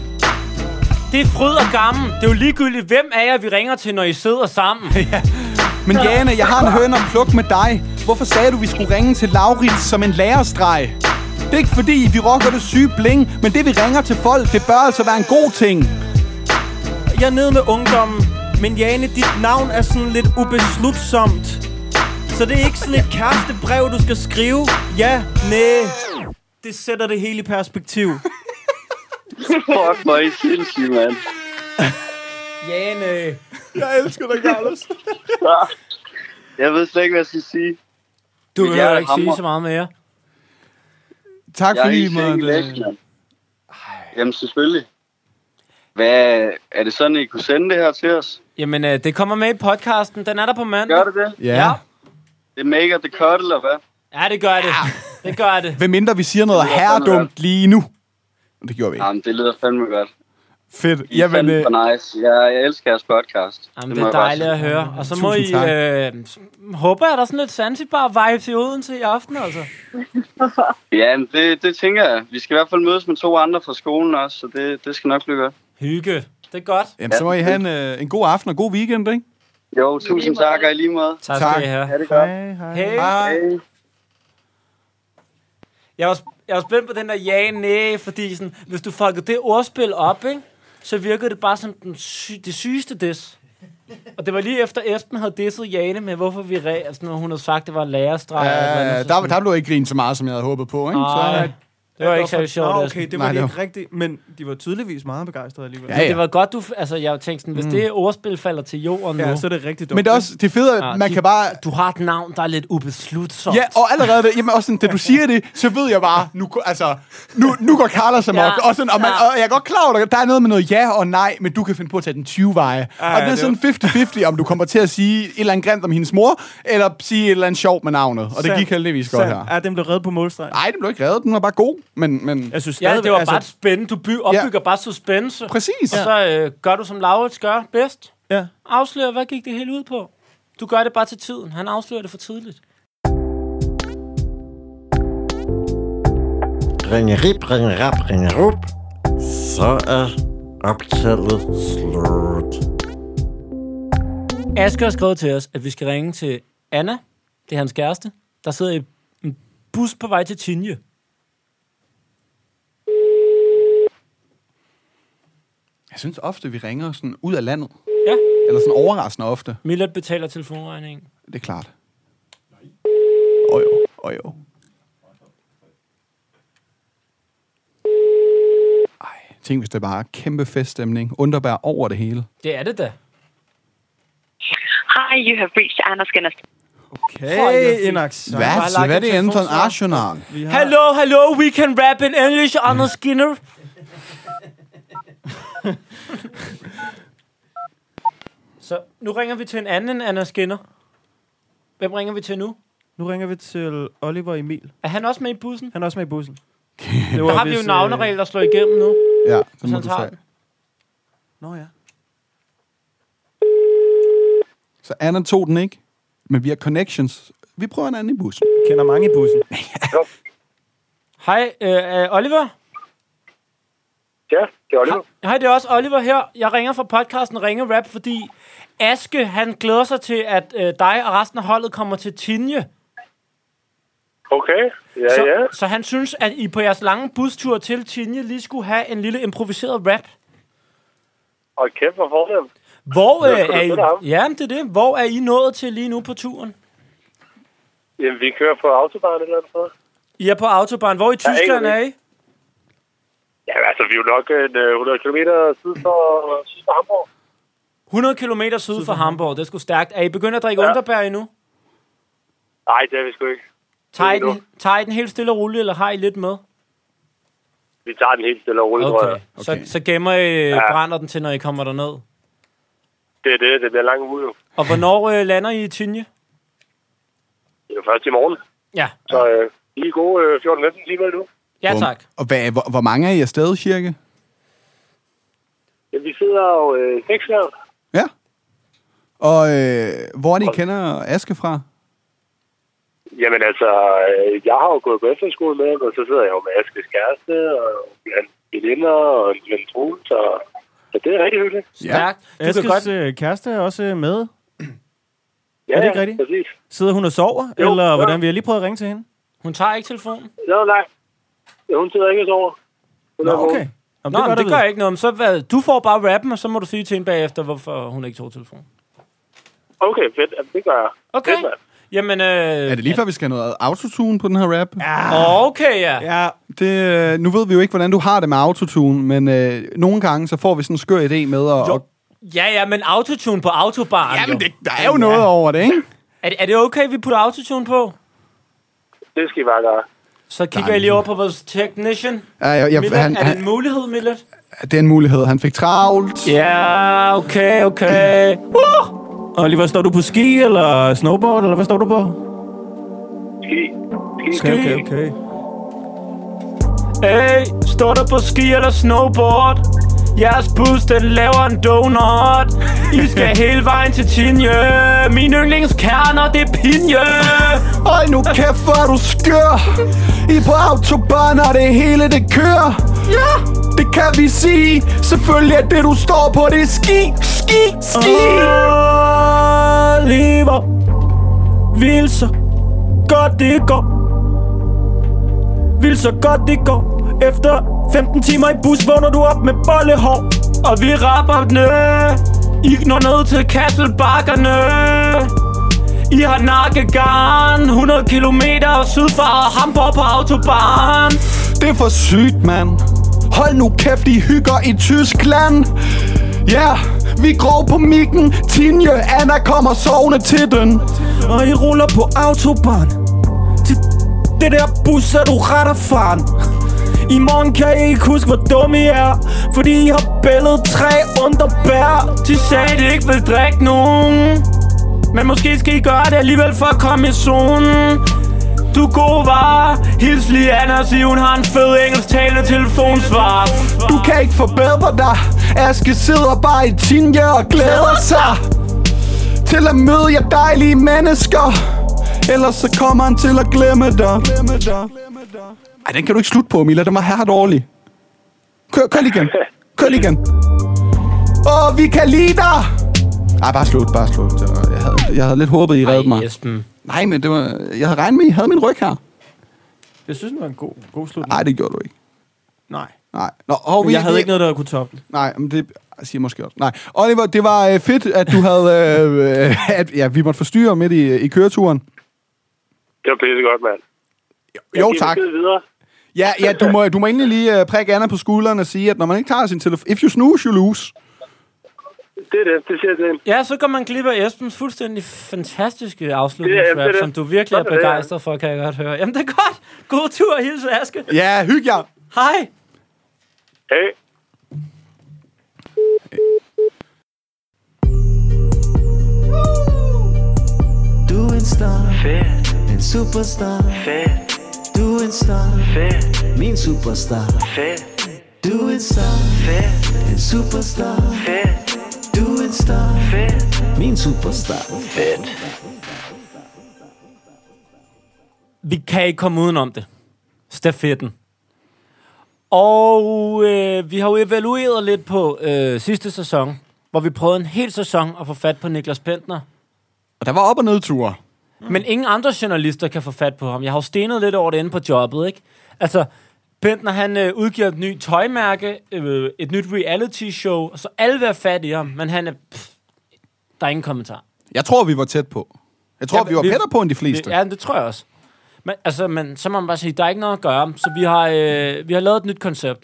Speaker 1: Det er fryd og gammel Det er jo ligegyldigt, hvem af jer vi ringer til, når I sidder sammen
Speaker 3: [LAUGHS]
Speaker 2: Men Jane, jeg har en høne at plukke med dig. Hvorfor sagde du, vi skulle ringe til Laurits som en lærerstreg? Det er ikke fordi, vi rocker det syge bling, men det vi ringer til folk, det bør altså være en god ting.
Speaker 3: Jeg er nede med ungdommen. Men Jane, dit navn er sådan lidt ubeslutsomt. Så det er ikke sådan et kærestebrev, du skal skrive. Ja, nej. Det sætter det hele i perspektiv.
Speaker 9: Fuck, hvor er I sindssyge, mand.
Speaker 1: [LAUGHS] Jane
Speaker 2: Jeg elsker dig, Carlos.
Speaker 9: Jeg ved slet ikke, hvad jeg skal sige.
Speaker 1: Du
Speaker 9: Mit
Speaker 1: vil
Speaker 9: hjerte
Speaker 1: jo ikke sige
Speaker 9: hamrer.
Speaker 1: så meget mere
Speaker 2: tak
Speaker 9: Jeg er
Speaker 2: fordi øh, I
Speaker 9: helt sikkert
Speaker 2: måtte...
Speaker 9: væk, mand. Jamen, selvfølgelig. Hvad, er det sådan, I kunne sende det her til os?
Speaker 1: Jamen, øh, det kommer med i podcasten Den er der på mandag
Speaker 9: Gør det det?
Speaker 2: Ja.
Speaker 1: Ja.
Speaker 9: Det er Make the Cut, eller hvad?
Speaker 1: Ja, det gør det Det gør det.
Speaker 2: Hvem mindre vi siger noget
Speaker 8: Det lyder fandme
Speaker 2: herredumt lige nu. Men Det gjorde vi ikke.
Speaker 8: Jamen, det lyder fandme godt.
Speaker 2: Fedt.
Speaker 8: I Jamen,
Speaker 2: Jamen, øh,
Speaker 8: fandme nice. Jeg, jeg elsker jeres podcast.
Speaker 1: Jamen,
Speaker 8: må
Speaker 1: det er
Speaker 8: jeg bare
Speaker 1: dejligt
Speaker 8: sige.
Speaker 1: at høre. Og så må I...
Speaker 2: Tusind tak.
Speaker 1: Øh, s- håber jeg, der er sådan lidt Zanzibar-vibes i Odense i aften, altså.
Speaker 8: Jamen, det, det tænker jeg. Vi skal i hvert fald mødes med to andre fra skolen også, så det, det skal nok blive godt.
Speaker 1: Hygge. Det er godt.
Speaker 2: jamen, så må I have en, øh, en god aften og god weekend, ikke?
Speaker 8: Jo, tusind tak, og i lige måde.
Speaker 1: Tak,
Speaker 2: Tak.
Speaker 1: skal I have.
Speaker 8: Ha' det godt.
Speaker 1: Hey. Øh,
Speaker 8: Hej.
Speaker 1: Jeg var, sp- jeg var spændt på den der ja, næ, fordi sådan, hvis du fuckede det ordspil op, ikke, så virkede det bare som den sy- det sygeste des. Og det var lige efter Esben havde disset Jane med, hvorfor vi re- altså, når hun havde sagt, det var lærerstreg. eller et eller andet,
Speaker 2: Øh,
Speaker 1: så
Speaker 2: der,
Speaker 1: sådan-
Speaker 2: der blev ikke grinet så meget, som jeg havde håbet på, ikke?
Speaker 1: Ej,
Speaker 2: Så, øh,
Speaker 1: det var ikke så sjovt.
Speaker 3: Nå,
Speaker 1: Esben.
Speaker 3: okay, det var
Speaker 2: Nej,
Speaker 3: Nej,
Speaker 2: det
Speaker 3: det
Speaker 2: var-
Speaker 3: ikke rigtigt, men de var tydeligvis meget begejstrede alligevel.
Speaker 2: Ja,
Speaker 1: Men det var godt, du... f- Altså, jeg tænkte sådan, hvis det ordspil falder til jorden nu,
Speaker 3: Mm. ja så er det rigtig dumt.
Speaker 2: men det er også det fede, at
Speaker 1: Ah,
Speaker 2: man
Speaker 1: de-
Speaker 2: kan bare...
Speaker 1: du har et navn, der er lidt ubeslutsomt.
Speaker 2: Ja, og allerede det, jamen også sådan, da du siger det, så ved jeg bare, nu, går- altså, nu, nu går Carla sig
Speaker 1: Ja,
Speaker 2: op. Og, sådan, og, man,
Speaker 1: ja.
Speaker 2: og jeg er godt klar over, at der er noget med noget ja og nej, men du kan finde på at tage den 20 veje.
Speaker 3: Ja,
Speaker 2: og
Speaker 3: ja,
Speaker 2: det er
Speaker 3: det var-
Speaker 2: sådan 50-50, om du kommer til at sige et eller andet grimt om hendes mor, eller sige et eller andet sjovt med navnet. Og det gik heldigvis godt her.
Speaker 3: Ja, den blev reddet på målstregen.
Speaker 2: Nej, den blev ikke reddet, den var bare god, men... men
Speaker 3: Jeg synes stadig,
Speaker 1: Ah. Ja, det var altså, bare spændende. Du by- opbygger bare suspense.
Speaker 2: præcis.
Speaker 1: Og så øh, gør du, som Laurits gør bedst.
Speaker 3: Ja.
Speaker 1: Afslør, hvad gik det hele ud på? Du gør det bare til tiden. Han afslører det for tidligt.
Speaker 6: Ringe rip, ringe rap, ringe rup. Så er optallet slut.
Speaker 1: Aske har skrevet til os, at vi skal ringe til Anna, det er hans kæreste, der sidder i en bus på vej til Tinje.
Speaker 2: Jeg synes ofte, vi ringer sådan ud af landet.
Speaker 1: Ja,
Speaker 2: Eller sådan overraskende ofte.
Speaker 1: Millet betaler telefonregningen.
Speaker 2: Det er klart. Åh oh, jo, åh oh, jo. Ej, tænk hvis det bare er kæmpe feststemning. Underbær over det hele.
Speaker 1: Det er det da.
Speaker 7: Hi, you have reached Anders Gunners.
Speaker 3: Hey, en accent.
Speaker 1: bare
Speaker 2: Hvad?
Speaker 1: lagt
Speaker 2: Hvad er
Speaker 1: et
Speaker 2: det andet for en
Speaker 1: telefonsvar.
Speaker 2: arsenal?
Speaker 3: Vi har-
Speaker 1: Hello, hello, we can rap in English, Anders Skinner. [LAUGHS] Så nu ringer vi til en anden end Anders Skinner. Hvem ringer vi til nu?
Speaker 3: Nu ringer vi til Oliver Emil.
Speaker 1: Er han også med i bussen?
Speaker 3: Han er også med i bussen.
Speaker 2: Okay.
Speaker 3: Det var øh,
Speaker 1: Der har vi jo
Speaker 3: vist,
Speaker 2: øh,
Speaker 1: en navneregel, der slår igennem nu.
Speaker 2: ja, så
Speaker 1: Hvis
Speaker 2: må
Speaker 1: han
Speaker 2: du
Speaker 1: tager
Speaker 2: tage.
Speaker 1: den.
Speaker 3: Øh... Nå ja.
Speaker 2: Så Anna tog den ikke, men vi har connections. Vi prøver en anden i bussen.
Speaker 3: Kender mange i bussen.
Speaker 1: Hej, øh, øh, Oliver.
Speaker 4: Ja, det er Oliver.
Speaker 1: Hej, det er også Oliver her. Jeg ringer fra podcasten Ringe Rap, fordi Aske, han glæder sig til, at øh, dig og resten af holdet kommer til Tinje.
Speaker 4: Okay, ja,
Speaker 1: Så,
Speaker 4: ja.
Speaker 1: så han synes, at I på jeres lange bustur til Tinje lige skulle have en lille improviseret rap.
Speaker 4: Og kæft, hvor fornemt.
Speaker 1: Hvor øh,
Speaker 4: Det var sgu da fedt af
Speaker 1: er
Speaker 4: ham.
Speaker 1: I, ja, men det er det. Hvor er I nået til lige nu på turen?
Speaker 4: Jamen, vi kører på autobahn et eller andet sted.
Speaker 1: I er på autobahn. Hvor i
Speaker 4: Ja, ikke
Speaker 1: Tyskland er I?
Speaker 4: Ja, altså, vi er jo nok en, øh, 100 km syd for, syd for Hamburg.
Speaker 1: 100 km syd for Hamburg. Det er sgu stærkt. Er I begyndt at drikke ja. underbær endnu?
Speaker 4: Nej, det er vi sgu ikke.
Speaker 1: Tager I,
Speaker 4: Ikke
Speaker 1: den, tager I den helt stille og roligt, eller har I lidt med?
Speaker 4: Vi tager den helt stille og roligt, tror
Speaker 1: Okay.
Speaker 4: jeg.
Speaker 1: okay.
Speaker 2: Okay.
Speaker 1: Så, så gemmer I, ja. brænder den til, når I kommer derned.
Speaker 4: Det er det, det bliver lang uge jo.
Speaker 1: Og hvornår øh, lander I i Tinje?
Speaker 4: Det er jo først i morgen,
Speaker 1: Ja.
Speaker 4: så øh, I er gode øh, 14-15 timer endnu.
Speaker 1: Ja,
Speaker 2: Bum.
Speaker 1: tak.
Speaker 2: Og hvad, hvor, hvor mange er I afsted, cirka?
Speaker 4: Ja, vi sidder jo øh, seks her.
Speaker 2: Ja. Og øh, hvor er det, I kender Aske fra?
Speaker 4: Jamen altså, øh, jeg har jo gået på efterskole med ham, og så sidder jeg jo med Askes kæreste, og hans veninder, og en ven Troels, og så det er rigtig hyggeligt.
Speaker 2: Ja.
Speaker 1: Stærkt. Du
Speaker 3: Askes
Speaker 1: kan godt...
Speaker 3: godt... øh, kæreste er også med.
Speaker 4: Ja,
Speaker 3: Er det ikke rigtigt?
Speaker 4: Ja, præcis.
Speaker 3: Sidder hun og sover?
Speaker 4: Jo,
Speaker 3: eller
Speaker 4: ja.
Speaker 3: hvordan? Vi har lige prøvet at ringe til hende.
Speaker 1: Hun tager ikke telefonen.
Speaker 4: Nå, nej. Ja, Hun sidder ikke og sover. Hun
Speaker 3: Nå,
Speaker 4: er vågen.
Speaker 3: okay. Jamen,
Speaker 1: Nå,
Speaker 3: er
Speaker 1: det, men
Speaker 3: godt
Speaker 1: det
Speaker 3: at
Speaker 1: gør
Speaker 3: vide.
Speaker 1: ikke noget. Men så, hvad, du får bare rappen, og så må du sige til hende bagefter, hvorfor hun ikke tog telefonen.
Speaker 4: Okay, fedt. Jamen, det gør jeg.
Speaker 1: Okay.
Speaker 4: Fedt, mand.
Speaker 1: Jamen, øh,
Speaker 2: Er det lige før, vi skal have noget autotune på den her rap?
Speaker 1: Okay, ja.
Speaker 3: Ja,
Speaker 2: Det, øh, nu ved vi jo ikke, hvordan du har det med autotune, men øh, nogle gange, så får vi sådan en skør idé med at...
Speaker 1: Jo. Ja, ja, men autotune på autobaren.
Speaker 2: Jamen,
Speaker 1: jo.
Speaker 2: det, der er jo noget over det, ikke?
Speaker 1: Er, det- er det okay, vi putter autotune på?
Speaker 4: Det skal I bare gøre.
Speaker 1: Så kigger jeg lige over på vores technician.
Speaker 2: Ja, jeg, jeg,
Speaker 1: Millet,
Speaker 2: han,
Speaker 1: er det en
Speaker 2: han,
Speaker 1: mulighed, Millet?
Speaker 2: det er en mulighed. Han fik travlt.
Speaker 1: Ja, okay, okay.
Speaker 3: Oliver, står du på ski eller snowboard, eller hvad står du på?
Speaker 4: ski. Ski,
Speaker 1: Ski.
Speaker 4: ski.
Speaker 1: Okay,
Speaker 2: okay.
Speaker 1: Hey, står du på ski eller snowboard? Jeres bus, den laver en donut. I
Speaker 2: [LAUGHS]
Speaker 1: skal hele vejen til Tinje. Min yndlingskerner, det er pinje.
Speaker 2: Øj, nu kæft, hvor er du skør! I er på autobahn, og det hele det kører! Ja! Det kan vi sige! Selvfølgelig er det, du står på, det er ski! Ski! Ski!
Speaker 3: Oliver vil så godt det går. Vil så godt det går. Efter 15 timer i bus vågner du op med bollehår.
Speaker 1: Og vi rapper ned. I når ned til Kasselbakkerne. I har nakkegarn. 100 kilometer syd fra Hamburg på autobahn.
Speaker 2: Det er for sygt, mand! Hold nu kæft, I hygger i Tyskland! Ja, yeah. vi grov på mikken. Tinje, Anna kommer sovende til den.
Speaker 3: Og I ruller på autobahn. Til det der bus er du ret erfaren. I morgen kan I ikke huske, hvor dumme I er Fordi I har bællet tre underbær
Speaker 1: De sagde, det ikke vil drikke nogen Men måske skal I gøre det alligevel for at komme i zonen Du er god, var Hils lige Anna og sig, hun har en fed engelsktalende telefonsvar
Speaker 2: Du kan ikke forbedre dig. Aske sidder bare i tinja og glæder sig til at møde jer dejlige mennesker. Ellers så kommer han til at glemme dig. Ej, den kan du ikke slutte på, Mila. Den var her dårlig. Kør, kør lige igen. Kør lige igen. Åh, vi kan lide dig! Ej, bare slut, bare slut. Jeg havde, jeg havde lidt håbet, I reddede mig.
Speaker 1: Esben.
Speaker 2: Nej, men det var, jeg havde regnet med, I havde min ryg her.
Speaker 3: Jeg synes, det var en god, god slutning.
Speaker 2: Nej, det gjorde du ikke.
Speaker 3: Nej.
Speaker 2: Nej. Nå, og vi,
Speaker 3: Jeg havde ikke noget, der kunne toppe den.
Speaker 2: Nej, men det jeg siger måske også. Nej, Oliver, det var øh, fedt, at du havde... Øh, øh, at, ja, vi måtte forstyrre midt i, i køreturen.
Speaker 4: Det var pisse godt, mand. Jeg
Speaker 2: Jo,
Speaker 4: giver
Speaker 2: tak.
Speaker 4: besked Videre.
Speaker 2: Ja, ja du, må, du må endelig lige øh, prikke Anna på skulderen og sige, at når man ikke tager sin telefon... If you snooze, you lose.
Speaker 4: Det er det. Det siger jeg til hende.
Speaker 1: Ja, så går man glip af Esbens fuldstændig fantastiske
Speaker 4: Det er- det
Speaker 1: afslutningsrap,
Speaker 4: er det.
Speaker 1: som du virkelig er
Speaker 4: Sådan er det, ja.
Speaker 1: begejstret for, kan jeg godt høre. Jamen, det er godt. God tur og hilse Aske.
Speaker 2: Ja, hyg jer.
Speaker 1: Hej.
Speaker 4: Hey.
Speaker 6: Du er en star Fedt En superstar Fedt Du er en star Fedt Min superstar Fedt Du er en star Fedt En superstar Fedt Du er en star Fedt Min superstar Fedt
Speaker 1: Vi kan ikke komme udenom det. Stafetten. Og øh, vi har jo evalueret lidt på øh, sidste sæson, hvor vi prøvede en hel sæson at få fat på Niklas Bentner.
Speaker 2: Og der var op- og nedture.
Speaker 1: Mm. Men ingen andre journalister kan få fat på ham. Jeg har jo stenet lidt over det inde på jobbet, ikke? Altså, Bentner, han øh, udgiver et nyt tøjmærke, øh, et nyt reality-show, og så alle vil have fat i ham, men han er... Pff, der er ingen kommentar.
Speaker 2: Jeg tror, vi var tæt på. Jeg tror,
Speaker 1: Ja,
Speaker 2: ja, vi var
Speaker 1: vi-
Speaker 2: bedre på end de fleste.
Speaker 1: Det, ja, det tror jeg også. Men, altså, men så må man bare sige, der er ikke noget at gøre. Så vi har, øh, vi har lavet et nyt koncept.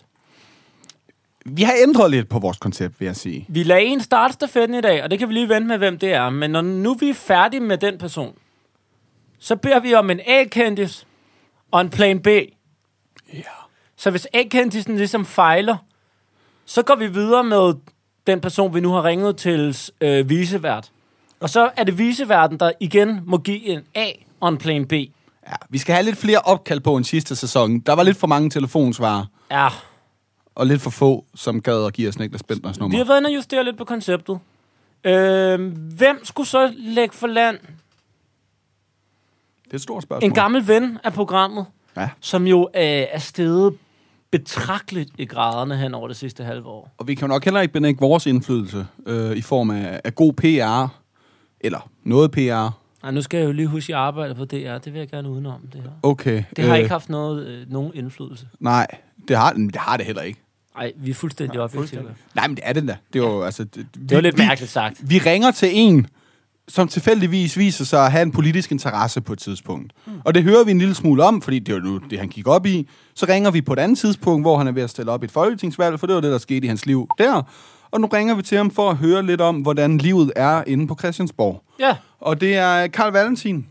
Speaker 2: Vi har ændret lidt på vores koncept, vil jeg sige.
Speaker 1: Vi lader en startstafetten i dag, og det kan vi lige vente med, hvem det er. Men når nu vi er færdige med den person, så beder vi om en A-kendis og en plan B. Ja. Så hvis A-kendisen ligesom fejler, så går vi videre med den person, vi nu har ringet til øh, visevært. Og så er det viseværten, der igen må give en A og en plan B.
Speaker 2: Ja, vi skal have lidt flere opkald på end sidste sæson. Der var lidt for mange telefonsvarer,
Speaker 1: Ja,
Speaker 2: og lidt for få, som gad at give os Niklas Bentners nummer.
Speaker 1: vi har været inde og justere lidt på konceptet. Øh, hvem skulle så lægge for land?
Speaker 2: Det er et stort spørgsmål.
Speaker 1: En gammel ven af programmet.
Speaker 2: Ja.
Speaker 1: som jo øh, er steget betragteligt i graderne hen over det sidste halve år.
Speaker 2: Og vi kan jo nok heller ikke benægte vores indflydelse øh, i form af, af god PR, eller noget PR.
Speaker 1: Ej, nu skal jeg jo lige huske, at jeg arbejder på DR. Det vil jeg gerne udenom, det her.
Speaker 2: Okay.
Speaker 1: Det har ikke haft noget, øh, nogen indflydelse.
Speaker 2: Nej, det har, men det har det heller ikke.
Speaker 1: Nej, vi er fuldstændig objektive.
Speaker 2: Nej, men det er det da. Det er jo, altså, det,
Speaker 1: Det var lidt mærkeligt sagt.
Speaker 2: Vi ringer til en, som tilfældigvis viser sig at have en politisk interesse på et tidspunkt. Mm. Og det hører vi en lille smule om, fordi det er jo nu det, han gik op i. Så ringer vi på et andet tidspunkt, hvor han er ved at stille op i et folketingsvalg, for det var det, der skete i hans liv der. Og nu ringer vi til ham for at høre lidt om, hvordan livet er inde på Christiansborg.
Speaker 1: Ja,
Speaker 2: Og det er Karl Valentin.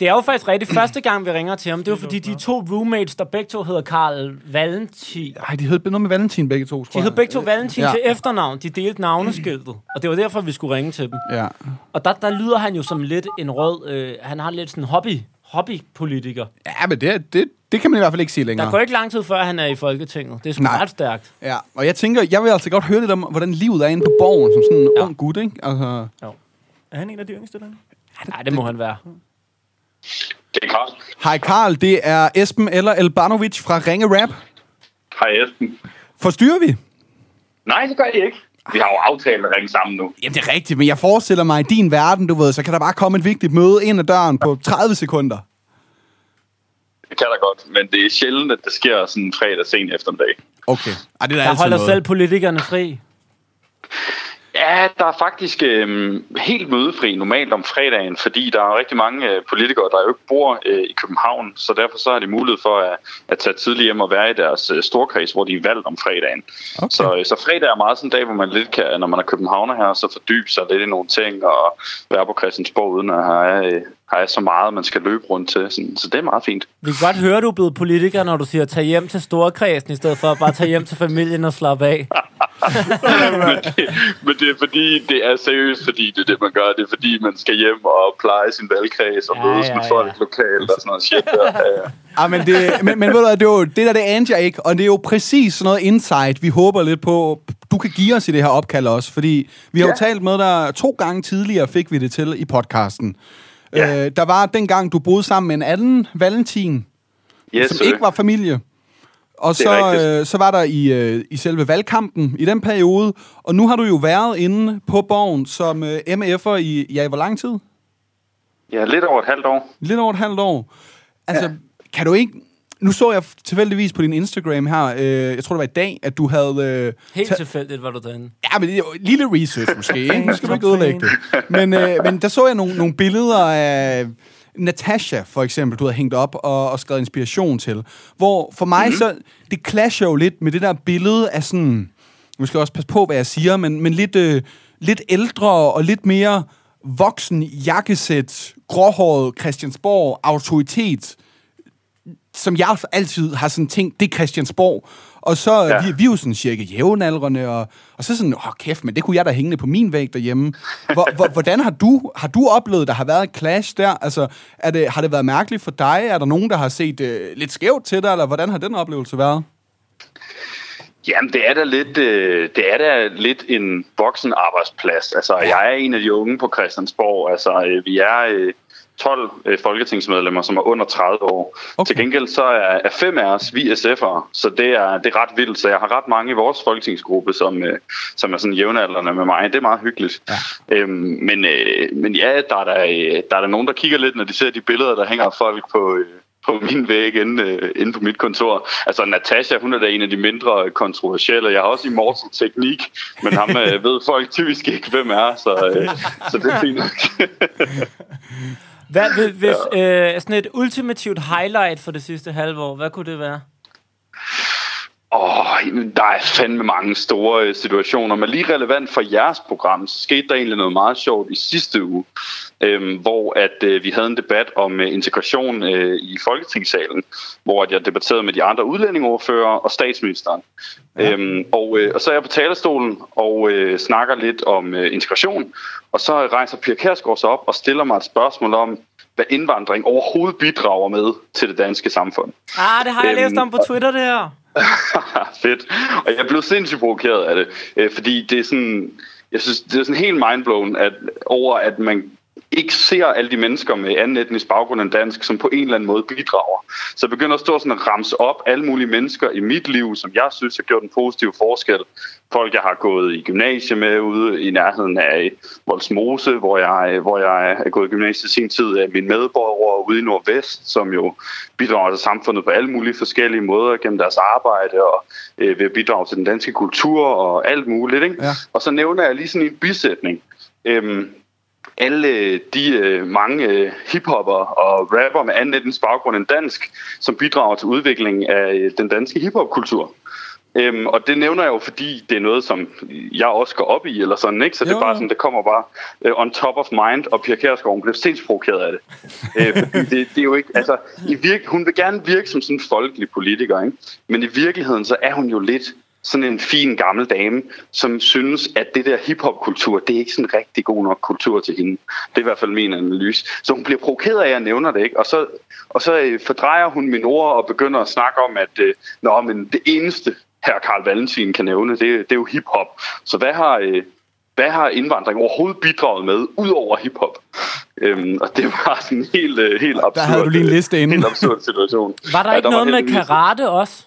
Speaker 1: det er jo faktisk
Speaker 2: [CLEARS THROAT]
Speaker 1: rigtigt. Første gang, vi ringer til ham, det er jo fordi, de to roommates, der begge to hedder Karl Valentin.
Speaker 2: Nej, de hed noget med Valentin begge to, tror
Speaker 1: De hed
Speaker 2: jeg.
Speaker 1: begge to Valentin
Speaker 2: Ja.
Speaker 1: til efternavn. De delte
Speaker 2: [CLEARS THROAT]
Speaker 1: navneskiltet. Og det var derfor, vi skulle ringe til dem.
Speaker 2: Ja.
Speaker 1: Og der, der lyder han jo som lidt en rød... Øh, han har lidt sådan en hobby, hobbypolitiker.
Speaker 2: Ja, men det, det, det kan man i hvert fald ikke sige længere.
Speaker 1: Der går ikke lang tid før, han er i Folketinget. Det er sgu
Speaker 2: Nej.
Speaker 1: ret stærkt.
Speaker 2: Ja, og jeg tænker, jeg vil altså godt høre lidt om, hvordan livet er inde på borgen, som sådan en ja. ung gut, ikke? Altså,
Speaker 3: Er han en af de yngste derinde?
Speaker 1: Nej, det må han være.
Speaker 9: Det er Karl.
Speaker 2: hej Karl, det er Esben eller Elbanovic fra Ringe Rap.
Speaker 9: Hej Esben.
Speaker 2: Forstyrrer vi?
Speaker 9: Nej, det gør I ikke. Vi har jo aftalt at ringe sammen nu.
Speaker 2: Jamen, det er rigtigt, men jeg forestiller mig, i din verden, du ved, så kan der bare komme et vigtigt møde ind ad døren på 30 sekunder.
Speaker 9: Det kan da godt, men det er sjældent, at det sker sådan en fredag sen eftermiddag.
Speaker 2: Okay. Ej, det er
Speaker 1: Der
Speaker 2: altid
Speaker 1: holder
Speaker 2: noget.
Speaker 1: selv politikerne fri.
Speaker 9: Ja, der er faktisk øh, helt mødefri normalt om fredagen, fordi der er rigtig mange øh, politikere, der jo ikke bor øh, i København, så derfor så har de mulighed for at, at tage tidligt hjem og være i deres øh, storkreds, hvor de er valgt om fredagen.
Speaker 2: Okay.
Speaker 9: Så, øh, så fredag er meget sådan en dag, hvor man lidt kan, når man er københavner her, så fordybe sig lidt i nogle ting og være på Christiansborg, uden at have, øh, have så meget, man skal løbe rundt til. Sådan, så det er meget fint.
Speaker 1: Vi kan godt høre, du er blevet politiker, når du siger, tag hjem til storekredsen, i stedet for at bare tage hjem til familien og slappe af.
Speaker 9: men, det, [LAUGHS] men det er fordi, det er seriøst, fordi det er det, man gør. Det er fordi, man skal hjem og pleje sin valgkreds og
Speaker 1: Ja,
Speaker 9: mødes
Speaker 1: ja,
Speaker 9: med
Speaker 1: ja.
Speaker 9: folk lokalt og sådan noget shit.
Speaker 1: [LAUGHS]
Speaker 9: Der. Ja, ja.
Speaker 2: Ah, men, det, men, men ved du, hvad, det, er jo, det der, det anede jeg ikke, og det er jo præcis sådan noget insight, vi håber lidt på, du kan give os i det her opkald også, fordi vi har ja. jo talt med dig to gange tidligere, fik vi det til i podcasten. Ja.
Speaker 9: Ja.
Speaker 2: Øh, der var dengang, du boede sammen med en anden Valentin,
Speaker 9: Yes,
Speaker 2: som
Speaker 9: sir.
Speaker 2: ikke var familie. Og
Speaker 9: Det er
Speaker 2: så,
Speaker 9: rigtigt.
Speaker 2: øh, så var der i, øh, i selve valgkampen i den periode, og nu har du jo været inde på borgen som øh, MF'er i, ja, i hvor lang tid?
Speaker 9: ja, lidt over et halvt år.
Speaker 2: Lidt over et halvt år. Altså, ja. kan du ikke... Nu så jeg tilfældigvis på din Instagram her, øh, jeg tror det var i dag, at du havde... Øh,
Speaker 1: Helt
Speaker 2: ta-
Speaker 1: tilfældigt var du derinde.
Speaker 2: Ja, men det er jo lille research måske, ikke? Nu skal vi ikke ødelægge det. [LAUGHS] Men, øh, men der så jeg nogle, nogle billeder af Natasha, for eksempel, du havde hængt op og, og skrevet inspiration til. Hvor for mig mm-hmm. så, det clasher jo lidt med det der billede af sådan... Nu skal jeg også passe på, hvad jeg siger, men, men lidt, øh, lidt ældre og lidt mere voksen jakkesæt, gråhåret Christiansborg, autoritet som jeg altid har sådan tænkt, det er Christiansborg. Og så ja.
Speaker 9: Ja.
Speaker 2: vi, vi er jo sådan cirka jævnaldrende, og, og så sådan, åh kæft, men det kunne jeg da hængende på min væg derhjemme. Hvor, hvor, hvordan har du, har du oplevet, der har været et clash der? Altså, er det, har det været mærkeligt for dig? Er der nogen, der har set øh, lidt skævt til dig, eller hvordan har den oplevelse været?
Speaker 9: Jamen, det er da lidt, øh, det er da lidt en voksen arbejdsplads. Altså, jeg er en af de unge på Christiansborg. Altså, øh, vi er øh, 12 øh, folketingsmedlemmer, som er under 30 år.
Speaker 2: Okay.
Speaker 9: Okay. Til gengæld så er, er fem af os, vi er SF'ere, så det er, det er ret vildt. Så jeg har ret mange i vores folketingsgruppe, som, øh, som er sådan jævnaldrende med mig. Det er meget hyggeligt. Ja. Øhm, men, øh, men ja, der er, der, der er der nogen, der kigger lidt, når de ser de billeder, der hænger af folk på... Øh, på min væg inde, øh, inde på mit kontor. Altså, Natasha, hun er da en af de mindre kontroversielle. Jeg har også immortal teknik, men ham øh, ved folk typisk ikke, hvem er, så, øh, så det er fint nok. [LAUGHS]
Speaker 1: Hvad, hvis- hvis, øh, sådan et ultimativt highlight for det sidste halve år, hvad kunne det være?
Speaker 9: Åh, jamen, der er fandme mange store øh, situationer, men lige relevant for jeres program, så skete der egentlig noget meget sjovt i sidste uge, øhm, hvor at øh, vi havde en debat om øh, integration øh, i Folketingssalen, hvor at jeg debatterede med de andre udlændingeordfører og statsministeren. Ja. Øhm, og, øh, og så er jeg på talerstolen og øh, snakker lidt om øh, integration, og så rejser Pia Kærsgaard sig op og stiller mig et spørgsmål om, hvad indvandring overhovedet bidrager med til det danske samfund.
Speaker 1: Ah, det har jeg
Speaker 9: Øhm,
Speaker 1: læst om på Twitter, det her.
Speaker 9: [LAUGHS] Fedt. Og jeg blev sindssygt provokeret af det, øh, fordi det er sådan, jeg synes, det er sådan helt mindblown at, over, at man ikke ser alle de mennesker med anden etnisk baggrund end dansk, som på en eller anden måde bidrager. Så jeg begynder at stå sådan og ramse op alle mulige mennesker i mit liv, som jeg synes har gjort en positiv forskel. Folk, jeg har gået i gymnasie med ude i nærheden af Voldsmose, hvor jeg, hvor jeg er gået i gymnasiet i sin tid af mine medborgere ude i Nordvest, som jo bidrager til samfundet på alle mulige forskellige måder gennem deres arbejde og øh, ved at bidrage til den danske kultur og alt muligt. Ikke?
Speaker 2: Ja.
Speaker 9: Og så nævner jeg lige sådan en bisætning. Øhm, alle øh, de øh, mange øh, hiphopper og rapper med anden etnisk baggrund end dansk, som bidrager til udviklingen af øh, den danske hiphopkultur. Øhm, og det nævner jeg jo, fordi det er noget, som jeg også går op i, eller sådan, ikke? Så det
Speaker 2: Jo,
Speaker 9: er bare
Speaker 2: jo.
Speaker 9: sådan, det kommer bare øh, on top of mind, og Pia Kjærsgaard, hun blev sindssygt provokeret af det. øh, fordi det, det er jo ikke, altså, i virke, hun vil gerne virke som sådan en folkelig politiker, ikke? Men i virkeligheden, så er hun jo lidt sådan en fin gammel dame, som synes, at det der hiphop-kultur, det er ikke sådan en rigtig god nok kultur til hende. Det er i hvert fald min analyse. Så hun bliver provokeret af, at jeg nævner det, ikke? Og så, og så øh, fordrejer hun min ord og begynder at snakke om, at øh, Nå, men det eneste, her Karl Valentin kan nævne, det, det er jo hiphop. Så hvad har, øh, hvad har indvandring overhovedet bidraget med, ud over hiphop? Øhm, og det var sådan en helt, øh, helt absurd,
Speaker 2: Der havde du lige en liste inden.
Speaker 9: helt absurd situation.
Speaker 1: [LAUGHS] Var der
Speaker 9: Ja,
Speaker 1: ja, ikke
Speaker 9: var
Speaker 1: noget med
Speaker 9: heldigvis-
Speaker 1: karate også?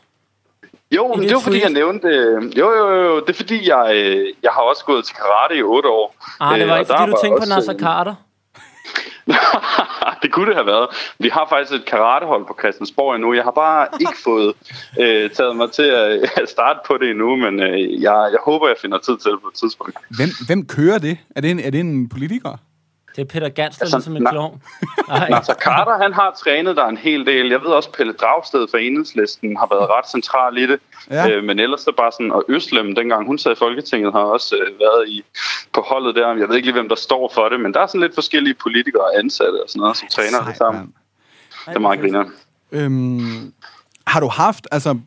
Speaker 9: jo, men
Speaker 1: dit
Speaker 9: det var fordi,
Speaker 1: tweet?
Speaker 9: jeg nævnte... øh, Jo, jo, jo, jo, det er fordi, jeg, øh, jeg har også gået til karate i otte år.
Speaker 1: Ah, det
Speaker 9: Øh,
Speaker 1: var
Speaker 9: og
Speaker 1: ikke,
Speaker 9: der
Speaker 1: fordi du
Speaker 9: var
Speaker 1: tænkte på
Speaker 9: også,
Speaker 1: Nasser
Speaker 9: øh,
Speaker 1: Carter.
Speaker 9: [LAUGHS] det kunne det have været. Vi har faktisk et karatehold på Christiansborg endnu. Jeg har bare
Speaker 1: [LAUGHS]
Speaker 9: ikke fået øh, taget mig til at, at starte på det endnu, men øh, jeg, jeg håber, jeg finder tid til det på et tidspunkt.
Speaker 2: Hvem, hvem kører det? Er det en, er det en politiker?
Speaker 1: Det er Peter Gansler,
Speaker 9: Altså,
Speaker 1: ligesom en
Speaker 9: [LAUGHS] nej.
Speaker 1: klovn.
Speaker 9: Nasser Altså, Carter, han har trænet der en hel del. Jeg ved også, Pelle Dragsted fra Enhedslisten har været ret central i det.
Speaker 2: Ja.
Speaker 9: Ja. Øh, men ellers så bare sådan, og Øslem, dengang hun sad i Folketinget, har også øh, været i, på holdet der. Jeg ved ikke lige, hvem der står for det, men der er sådan lidt forskellige politikere og ansatte og sådan noget, som træner det sammen. Det er meget griner.
Speaker 2: Øhm, har du haft, altså,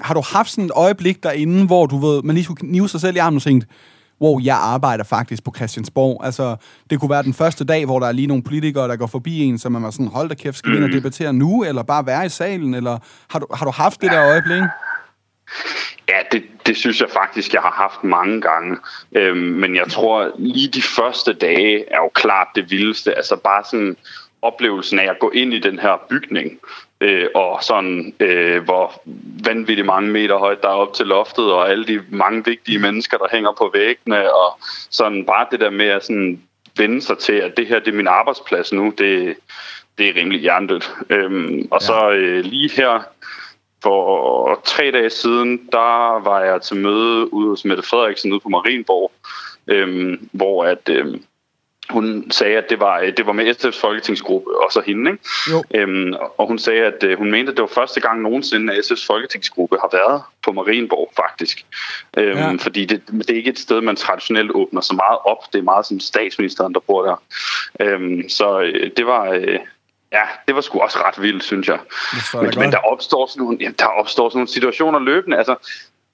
Speaker 2: har du haft sådan et øjeblik derinde, hvor du ved, man lige skulle knive sig selv i armen og tænkte, wow, jeg arbejder faktisk på Christiansborg. Altså, det kunne være den første dag, hvor der er lige nogle politikere, der går forbi en, så man var sådan, hold da kæft, skal vi ind og debattere nu, eller bare være i salen, eller har du, har du haft det der øjeblik?
Speaker 9: Ja, det, det synes jeg faktisk, jeg har haft mange gange. Øhm, men jeg tror, lige de første dage er jo klart det vildeste. Altså bare sådan oplevelsen af at gå ind i den her bygning, øh, og sådan, øh, hvor vanvittigt mange meter højt der er op til loftet, og alle de mange vigtige mennesker, der hænger på væggene, og sådan bare det der med at sådan vende sig til, at det her det er min arbejdsplads nu, det, det er rimelig hjernedødt. Øhm, og ja. så øh, lige her for tre dage siden, der var jeg til møde ude hos Mette Frederiksen ude på Marienborg, øhm, hvor at, øhm, hun sagde, at det var, øh, det var med SF's folketingsgruppe, og så hende, ikke?
Speaker 2: Jo.
Speaker 9: Øhm, og hun sagde, at øh, hun mente, at det var første gang nogensinde, at SF's folketingsgruppe har været på Marienborg, faktisk. Øhm,
Speaker 2: Ja.
Speaker 9: ja. Fordi det, det er ikke et sted, man traditionelt åbner så meget op. Det er meget sådan statsministeren, der bor der. Øhm, så øh, det var... Øh, Ja, det var sgu også ret vildt, synes jeg.
Speaker 2: forstår jeg
Speaker 9: Men,
Speaker 2: godt.
Speaker 9: men der opstår sådan nogle, jamen, der opstår sådan nogle situationer løbende. Altså,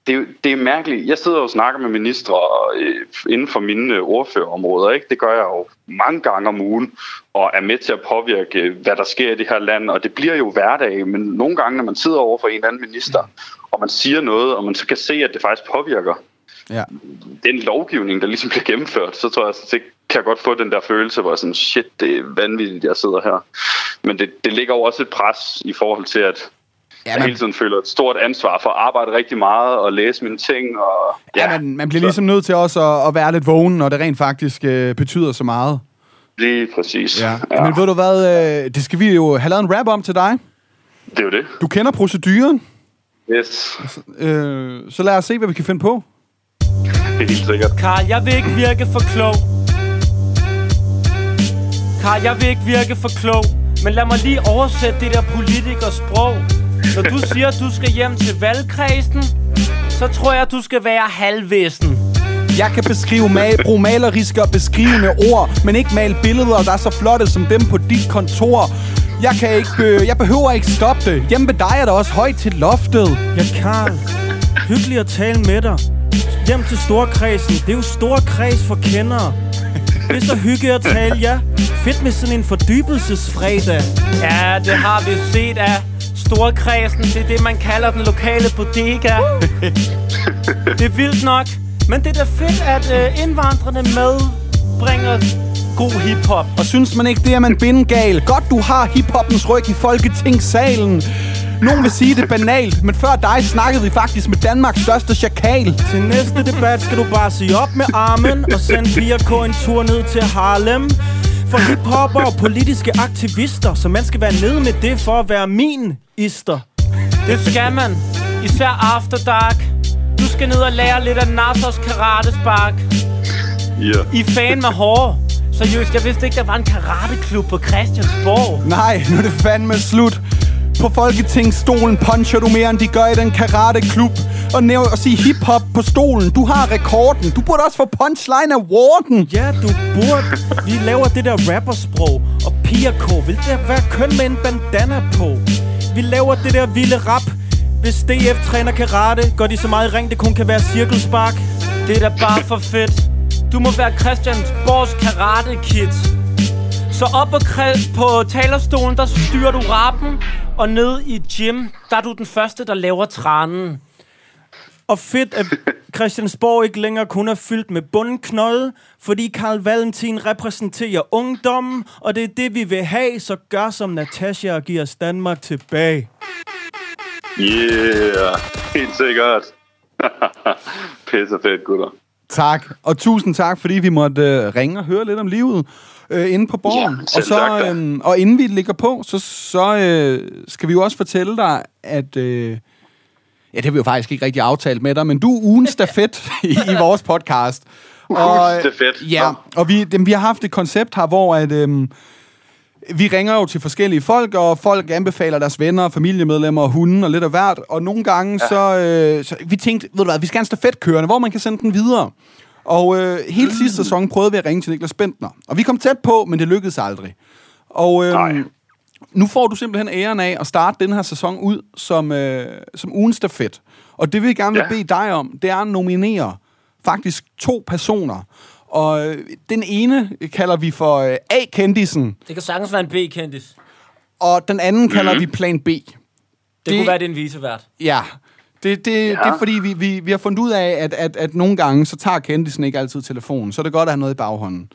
Speaker 9: det, er jo- det er mærkeligt. Jeg sidder og snakker med ministre øh, inden for mine øh, ordførerområder. Ikke? Det gør jeg jo mange gange om ugen, og er med til at påvirke, øh, hvad der sker i det her land. Og det bliver jo hverdag, men nogle gange, når man sidder over for en eller anden minister,
Speaker 2: Mm.
Speaker 9: og man siger noget, og man så kan se, at det faktisk påvirker
Speaker 2: Ja.
Speaker 9: den lovgivning, der ligesom bliver gennemført, så tror jeg, at det kan jeg godt få den der følelse, hvor jeg sådan, shit, det er vanvittigt, jeg sidder her. Men det, det ligger jo også et pres i forhold til, at ja, jeg
Speaker 2: man-
Speaker 9: hele tiden føler et stort ansvar for at arbejde rigtig meget og læse mine ting. Og,
Speaker 2: Ja,
Speaker 9: ja,
Speaker 2: man, man bliver ligesom nødt til også at, at være lidt vågen, når det rent faktisk øh, betyder så meget.
Speaker 9: lige præcis. Ja.
Speaker 2: Ja. Men ved du hvad, øh, det skal vi jo have lavet en rap om til dig.
Speaker 9: Det er jo det.
Speaker 2: Du kender proceduren,
Speaker 9: Yes,
Speaker 2: øh, så lad os se, hvad vi kan finde på.
Speaker 9: det er helt sikkert.
Speaker 1: Karl, jeg vil ikke virke for klog. Karl, jeg vil ikke virke for klog. Men lad mig lige oversætte det der politikers sprog. Når du siger, du skal hjem til valgkredsen, så tror jeg, du skal være halvvæsen.
Speaker 2: Jeg kan beskrive mal, bruge maleriske og beskrivende ord, men ikke male billeder, der er så flotte som dem på dit kontor. Jeg, kan ikke, øh, jeg behøver ikke stoppe det. Hjemme ved dig er der også højt til loftet.
Speaker 3: Ja, Karl. Hyggelig at tale med dig. Hjem til Storkredsen. Det er jo Storkreds for kendere. Det er så hyggeligt at tale, ja. Fedt med sådan en fordybelsesfredag.
Speaker 1: Ja, det har vi set af storkredsen. Det er det, man kalder den lokale bodega. det er vildt nok. Men det er da fedt, at øh, indvandrerne medbringer god hiphop.
Speaker 2: Og synes man ikke, det er man bindegal. Godt, du har hiphoppens ryg i Folketingssalen. Nogen vil sige, det er banalt, men før dig snakkede vi faktisk med Danmarks største chakal.
Speaker 3: Til næste debat skal du bare sige op med armen og sende BRK en tur ned til Harlem. For hiphopper og politiske aktivister, så man skal være nede med det for at være min ister.
Speaker 1: Det skal man. Især After Dark. Du skal ned og lære lidt af Nassers karatespark.
Speaker 9: Ja.
Speaker 1: I er fan med hår. Seriøst, jeg vidste ikke, der var en karateklub på Christiansborg.
Speaker 2: Nej, nu er det fandme slut. På Folketingsstolen puncher du mere, end de gør i den karateklub. Og næv at sige hiphop på stolen. Du har rekorden. Du burde også få punchline awarden.
Speaker 3: Ja, du burde. Vi laver det der rappersprog og pigerko. Vil det være køn med en bandana på? Vi laver det der vilde rap. Hvis DF træner karate, går de så meget i ring, det kun kan være cirkelspark.
Speaker 1: Det er da bare for fedt. Du må være Christiansborgs Karate Kid. Så op og kre- på talerstolen, der styrer du rappen, og ned i gym, der er du den første, der laver tranen.
Speaker 3: Og fedt, at Christiansborg ikke længere kun er fyldt med bundknolde, fordi Karl Valentin repræsenterer ungdommen, og det er det, vi vil have, så gør som Natasha og giver os Danmark tilbage.
Speaker 9: Yeah, helt sikkert. [LAUGHS] Pisse fedt, gutter.
Speaker 2: Tak, og tusind tak, fordi vi måtte øh, ringe og høre lidt om livet øh, inde på borgen.
Speaker 9: Ja,
Speaker 2: og,
Speaker 9: selv tak
Speaker 2: så,
Speaker 9: da.
Speaker 2: øh, og inden vi ligger på, så, så øh, skal vi jo også fortælle dig, at... Øh, ja, det har vi jo faktisk ikke rigtig aftalt med dig, men du er ugen stafet i, i vores podcast.
Speaker 9: Ugens stafet.
Speaker 2: Ja, og vi, dem, vi har haft et koncept her, hvor at... Øh, vi ringer jo til forskellige folk, og folk anbefaler deres venner, familiemedlemmer og hunden og lidt af hvert. Og nogle gange, ja. så, øh, så... Vi tænkte, ved du hvad, vi skal have en stafetkørende, hvor man kan sende den videre. Og øh, hele sidste sæson prøvede vi at ringe til Niklas Bentner. Og vi kom tæt på, men det lykkedes aldrig. Og øh, nu får du simpelthen æren af at starte den her sæson ud som, øh, som ugens stafet. Og det vi gerne vil
Speaker 9: Ja.
Speaker 2: bede dig om, det er at nominere faktisk to personer. Og øh, den ene kalder vi for øh, A-kendisen,
Speaker 1: Det kan sagtens være en B-kendis. Det,
Speaker 2: og den anden kalder vi Plan B.
Speaker 1: det kunne være din visevært.
Speaker 2: Ja, det, det, ja. det er fordi, vi, vi, vi har fundet ud af, at, at, at nogle gange, så tager kendisen ikke altid telefonen. Så er det godt at have noget i baghånden.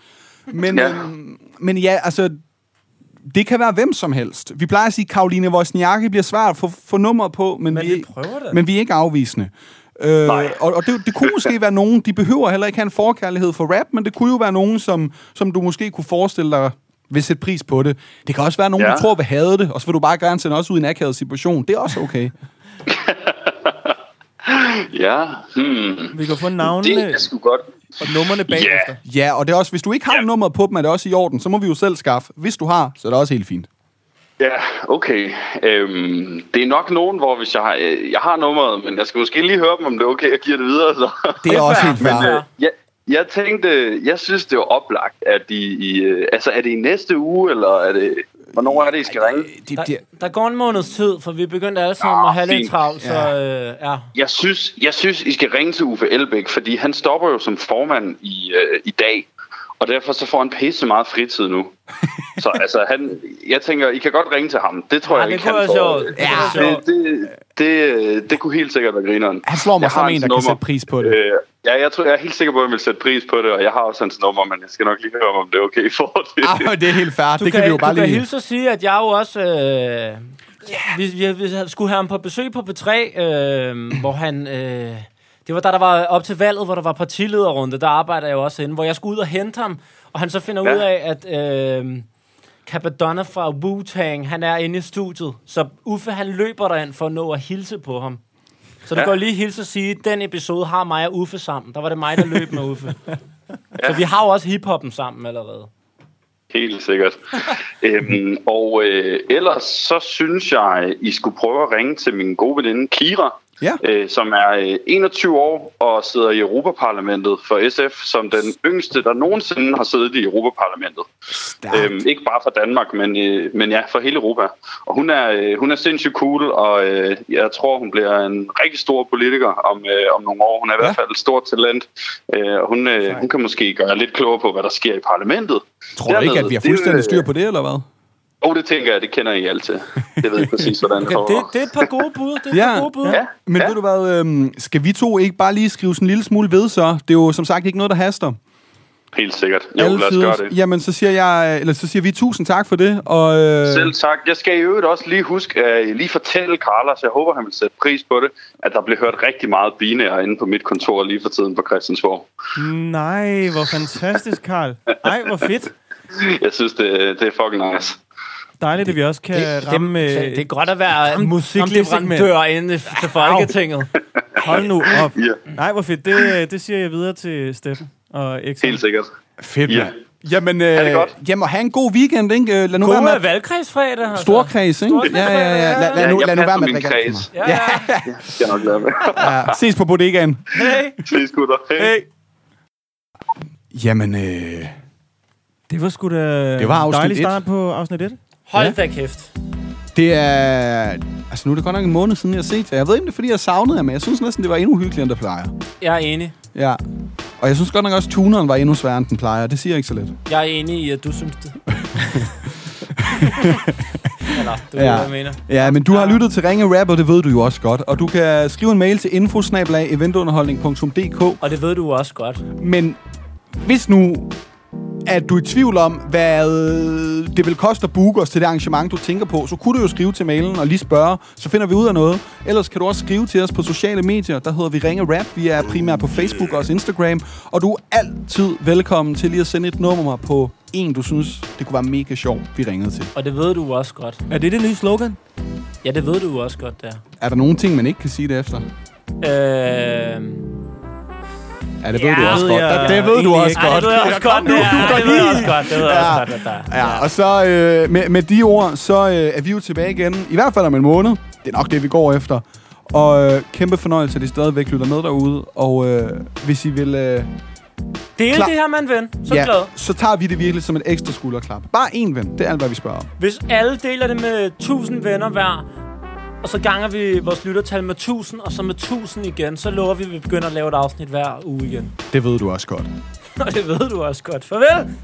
Speaker 2: Men ja, øhm, men ja altså, det kan være hvem som helst. Vi plejer at sige, at Karoline Wozniacki bliver svært at få, få nummer på, men, men, vi,
Speaker 1: prøver det.
Speaker 2: men vi er ikke afvisende. Øh, og og det, det kunne [LAUGHS] måske være nogen, de behøver heller ikke have en forkærlighed for rap, men det kunne jo være nogen, som, som du måske kunne forestille dig vil sætte pris på det. Det kan også være nogen, ja.
Speaker 9: Ja.
Speaker 2: du tror vil have det, og så vil du bare gerne sende os ud i en akavet situation. Det er også okay.
Speaker 9: Ja, hmm.
Speaker 3: Vi kan få navnene
Speaker 9: Det er sgu godt.
Speaker 3: og numrene bagefter.
Speaker 2: Ja, og det er også, hvis du ikke har ja. nummeret på dem, er det også i orden. Så må vi jo selv skaffe. Hvis du har, så er det også helt fint.
Speaker 9: Ja, okay. Øhm, det er nok nogen, hvor hvis jeg har, øh, jeg har nummeret, men jeg skal måske lige høre dem, om det er okay, jeg giver det videre. Så.
Speaker 2: Det er også helt fair.
Speaker 9: Men, øh, [LAUGHS] jeg, jeg tænkte, jeg synes, det er oplagt, at I, I, øh, altså er det i næste uge, eller er det, hvornår er det, I skal ringe?
Speaker 1: Der, der går en måneds tid, for vi begyndte alle sammen at have lidt
Speaker 9: fint.
Speaker 1: travlt, så øh, ja.
Speaker 9: Jeg synes, jeg synes, I skal ringe til Uffe Elbæk, fordi han stopper jo som formand i, øh, i dag, og derfor så får han pisse meget fritid nu.
Speaker 1: [LAUGHS]
Speaker 9: Så altså, han, jeg tænker, I kan godt ringe til ham. Det tror
Speaker 1: Ja,
Speaker 9: jeg
Speaker 1: det
Speaker 9: ikke,
Speaker 1: kunne
Speaker 9: han
Speaker 1: være
Speaker 9: får.
Speaker 1: sjovt. Det
Speaker 9: Ja,
Speaker 1: kunne være
Speaker 9: det, det, det, det kunne helt sikkert være grineren.
Speaker 2: Han slår mig
Speaker 9: Jeg
Speaker 2: som
Speaker 9: har
Speaker 2: en,
Speaker 9: hans
Speaker 2: der kan
Speaker 9: nummer.
Speaker 2: sætte pris på det.
Speaker 9: Øh, ja, jeg tror, jeg er helt sikker på, at han vil sætte pris på det, og jeg har også hans nummer, men jeg skal nok lige høre, om det er okay for det.
Speaker 2: Ah, det er helt fair.
Speaker 1: Du
Speaker 2: det kan, vi jo bare
Speaker 1: du kan
Speaker 2: lige...
Speaker 1: hilse og sige, at jeg jo også... Øh, yeah. vi, vi, vi skulle have ham på besøg på P3, øh, hvor han... Øh, det var da der var op til valget, hvor der var partilederrunde, der arbejder jeg jo også inde, hvor jeg skulle ud og hente ham, og han så finder
Speaker 9: Ja.
Speaker 1: ud af, at øh, Capadonna fra Wu-Tang, han er inde i studiet, så Uffe han løber derind for at nå at hilse på ham. Så du ja.
Speaker 9: Ja.
Speaker 1: går lige hilse og sige, den episode har mig og Uffe sammen. Der var det mig, der løb med Uffe. Så vi har jo også hiphoppen sammen allerede.
Speaker 9: Helt sikkert. øhm, og øh, ellers så synes jeg, I skulle prøve at ringe til min gode veninde Kira,
Speaker 2: Ja.
Speaker 9: øh, som er øh, 21 år og sidder i Europaparlamentet for SF, som den yngste, der nogensinde har siddet i Europaparlamentet. Øhm, ikke bare for Danmark, men, øh, men ja, for hele Europa. Og hun er, øh, hun er sindssygt cool, og øh, jeg tror, hun bliver en rigtig stor politiker om, øh, om nogle år. Hun er i
Speaker 2: Ja.
Speaker 9: hvert fald et stort talent, øh, og hun, øh, hun kan måske gøre lidt klogere på, hvad der sker i parlamentet.
Speaker 2: Tror du ikke, at vi har fuldstændig styr på det, eller hvad?
Speaker 9: Åh, oh, det tænker jeg, det kender I altid. Jeg ved præcis,
Speaker 2: [LAUGHS]
Speaker 9: hvordan det
Speaker 1: Okay, det,
Speaker 9: foregår.
Speaker 1: det er et par gode bud. Det er et
Speaker 2: Ja.
Speaker 1: par gode bud.
Speaker 9: Ja,
Speaker 2: Men
Speaker 9: ja.
Speaker 2: ved du hvad, øhm, skal vi to ikke bare lige skrive sådan en lille smule ved så? Det er jo som sagt ikke noget, der haster.
Speaker 9: Helt sikkert. Jo, lad os gøre det.
Speaker 2: Jamen, så siger, jeg, eller så siger vi tusind tak for det. Og, øh,
Speaker 9: Selv tak. Jeg skal i øvrigt også lige huske, uh, lige fortælle Carlos, jeg håber, han vil sætte pris på det, at der bliver hørt rigtig meget binærer inde på mit kontor lige for tiden på Christiansborg.
Speaker 3: Nej, hvor fantastisk, Karl. Ej, hvor fedt.
Speaker 9: Jeg synes, det, det er fucking nice.
Speaker 3: Dejligt, at vi også kan det, ramme...
Speaker 1: Det,
Speaker 3: øh,
Speaker 1: det er godt at være musikleverandør inde til Folketinget.
Speaker 3: Hold nu op.
Speaker 9: Ja.
Speaker 3: Nej, hvor fedt. Det, det siger jeg videre til Steffen og Exxon.
Speaker 9: Helt sikkert.
Speaker 2: Fedt,
Speaker 9: Ja.
Speaker 2: mand. Jamen, øh,
Speaker 9: det godt?
Speaker 2: jamen, og have en god weekend, ikke? Øh, Lad nu være
Speaker 1: God
Speaker 2: med
Speaker 1: er
Speaker 2: at...
Speaker 1: valgkredsfredag. Altså.
Speaker 2: Storkreds, ikke? Ja, ja,
Speaker 1: Storkreds,
Speaker 2: ja. Lad, lad,
Speaker 9: Ja,
Speaker 2: nu,
Speaker 9: jeg
Speaker 2: lad nu være
Speaker 9: passer
Speaker 2: med at
Speaker 9: min
Speaker 2: drikke alt for
Speaker 9: kreds.
Speaker 1: Ja, ja.
Speaker 9: Det skal jeg nok lade med. [LAUGHS]
Speaker 2: meget. Ja, Ses på bodegaen.
Speaker 1: Hey.
Speaker 9: Ses, gutter. Hey.
Speaker 2: Jamen, øh,
Speaker 3: Det var sgu da
Speaker 2: Det var
Speaker 3: en
Speaker 2: afsnit
Speaker 3: dejlig
Speaker 2: et.
Speaker 3: start på afsnit 1.
Speaker 1: Hold da kæft.
Speaker 2: det er... Altså, nu er det godt nok en måned siden, jeg har set jer. Jeg ved ikke, om det er, fordi jeg savnede jer, men jeg synes næsten, det var endnu hyggeligere, end det plejer.
Speaker 1: Jeg er enig.
Speaker 2: Ja. Og jeg synes godt nok også, at tuneren var endnu sværere, end den plejer. Det siger jeg ikke så let.
Speaker 1: Jeg er enig i, at du synes det. Eller, du
Speaker 2: ja.
Speaker 1: ja. ved, hvad jeg mener.
Speaker 2: Ja, men du har lyttet til Ringe Rap, og det ved du jo også godt. Og du kan skrive en mail til infosnabelag.eventunderholdning.dk
Speaker 1: Og det ved du også godt.
Speaker 2: Men hvis nu at du er i tvivl om, hvad det vil koste at booke os til det arrangement, du tænker på, så kunne du jo skrive til mailen og lige spørge, så finder vi ud af noget. Ellers kan du også skrive til os på sociale medier, der hedder vi Ringe Rap. Vi er primært på Facebook og også Instagram, og du er altid velkommen til lige at sende et nummer på en, du synes, det kunne være mega sjovt, vi ringede til.
Speaker 1: Og det ved du også godt.
Speaker 3: Er det det nye slogan?
Speaker 1: Ja, det Øhm, ved du også godt, der.
Speaker 2: Er der nogle ting, man ikke kan sige det efter?
Speaker 1: Øh...
Speaker 2: Ja, det ved du også godt. Der- det ved du
Speaker 1: egentlig
Speaker 2: også
Speaker 1: ikke.
Speaker 2: godt.
Speaker 1: Ej, det ved jeg også godt. Det, er, det ved jeg også godt. Det ved jeg
Speaker 2: Ja.
Speaker 1: også godt, at der er.
Speaker 2: Ja, og så øh, med, med de ord, så øh, er vi jo tilbage igen. I hvert fald om en måned. Det er nok det, vi går efter. Og øh, kæmpe fornøjelse, at I stadigvæk lytter med derude. Og øh, hvis I vil... Øh,
Speaker 1: Dele
Speaker 2: Klar.
Speaker 1: det her med en ven. Så ja. glad.
Speaker 2: så tager vi det virkelig som et ekstra skulderklap. Bare én ven. Det er alt, hvad vi spørger om.
Speaker 1: Hvis alle deler det med 1000 venner hver, og så ganger vi vores lyttertal med 1000, og så med 1000 igen, så lover vi, at vi begynder at lave et afsnit hver uge igen. [LAUGHS]
Speaker 2: Det ved du også godt.
Speaker 1: Og det ved du også godt. Farvel!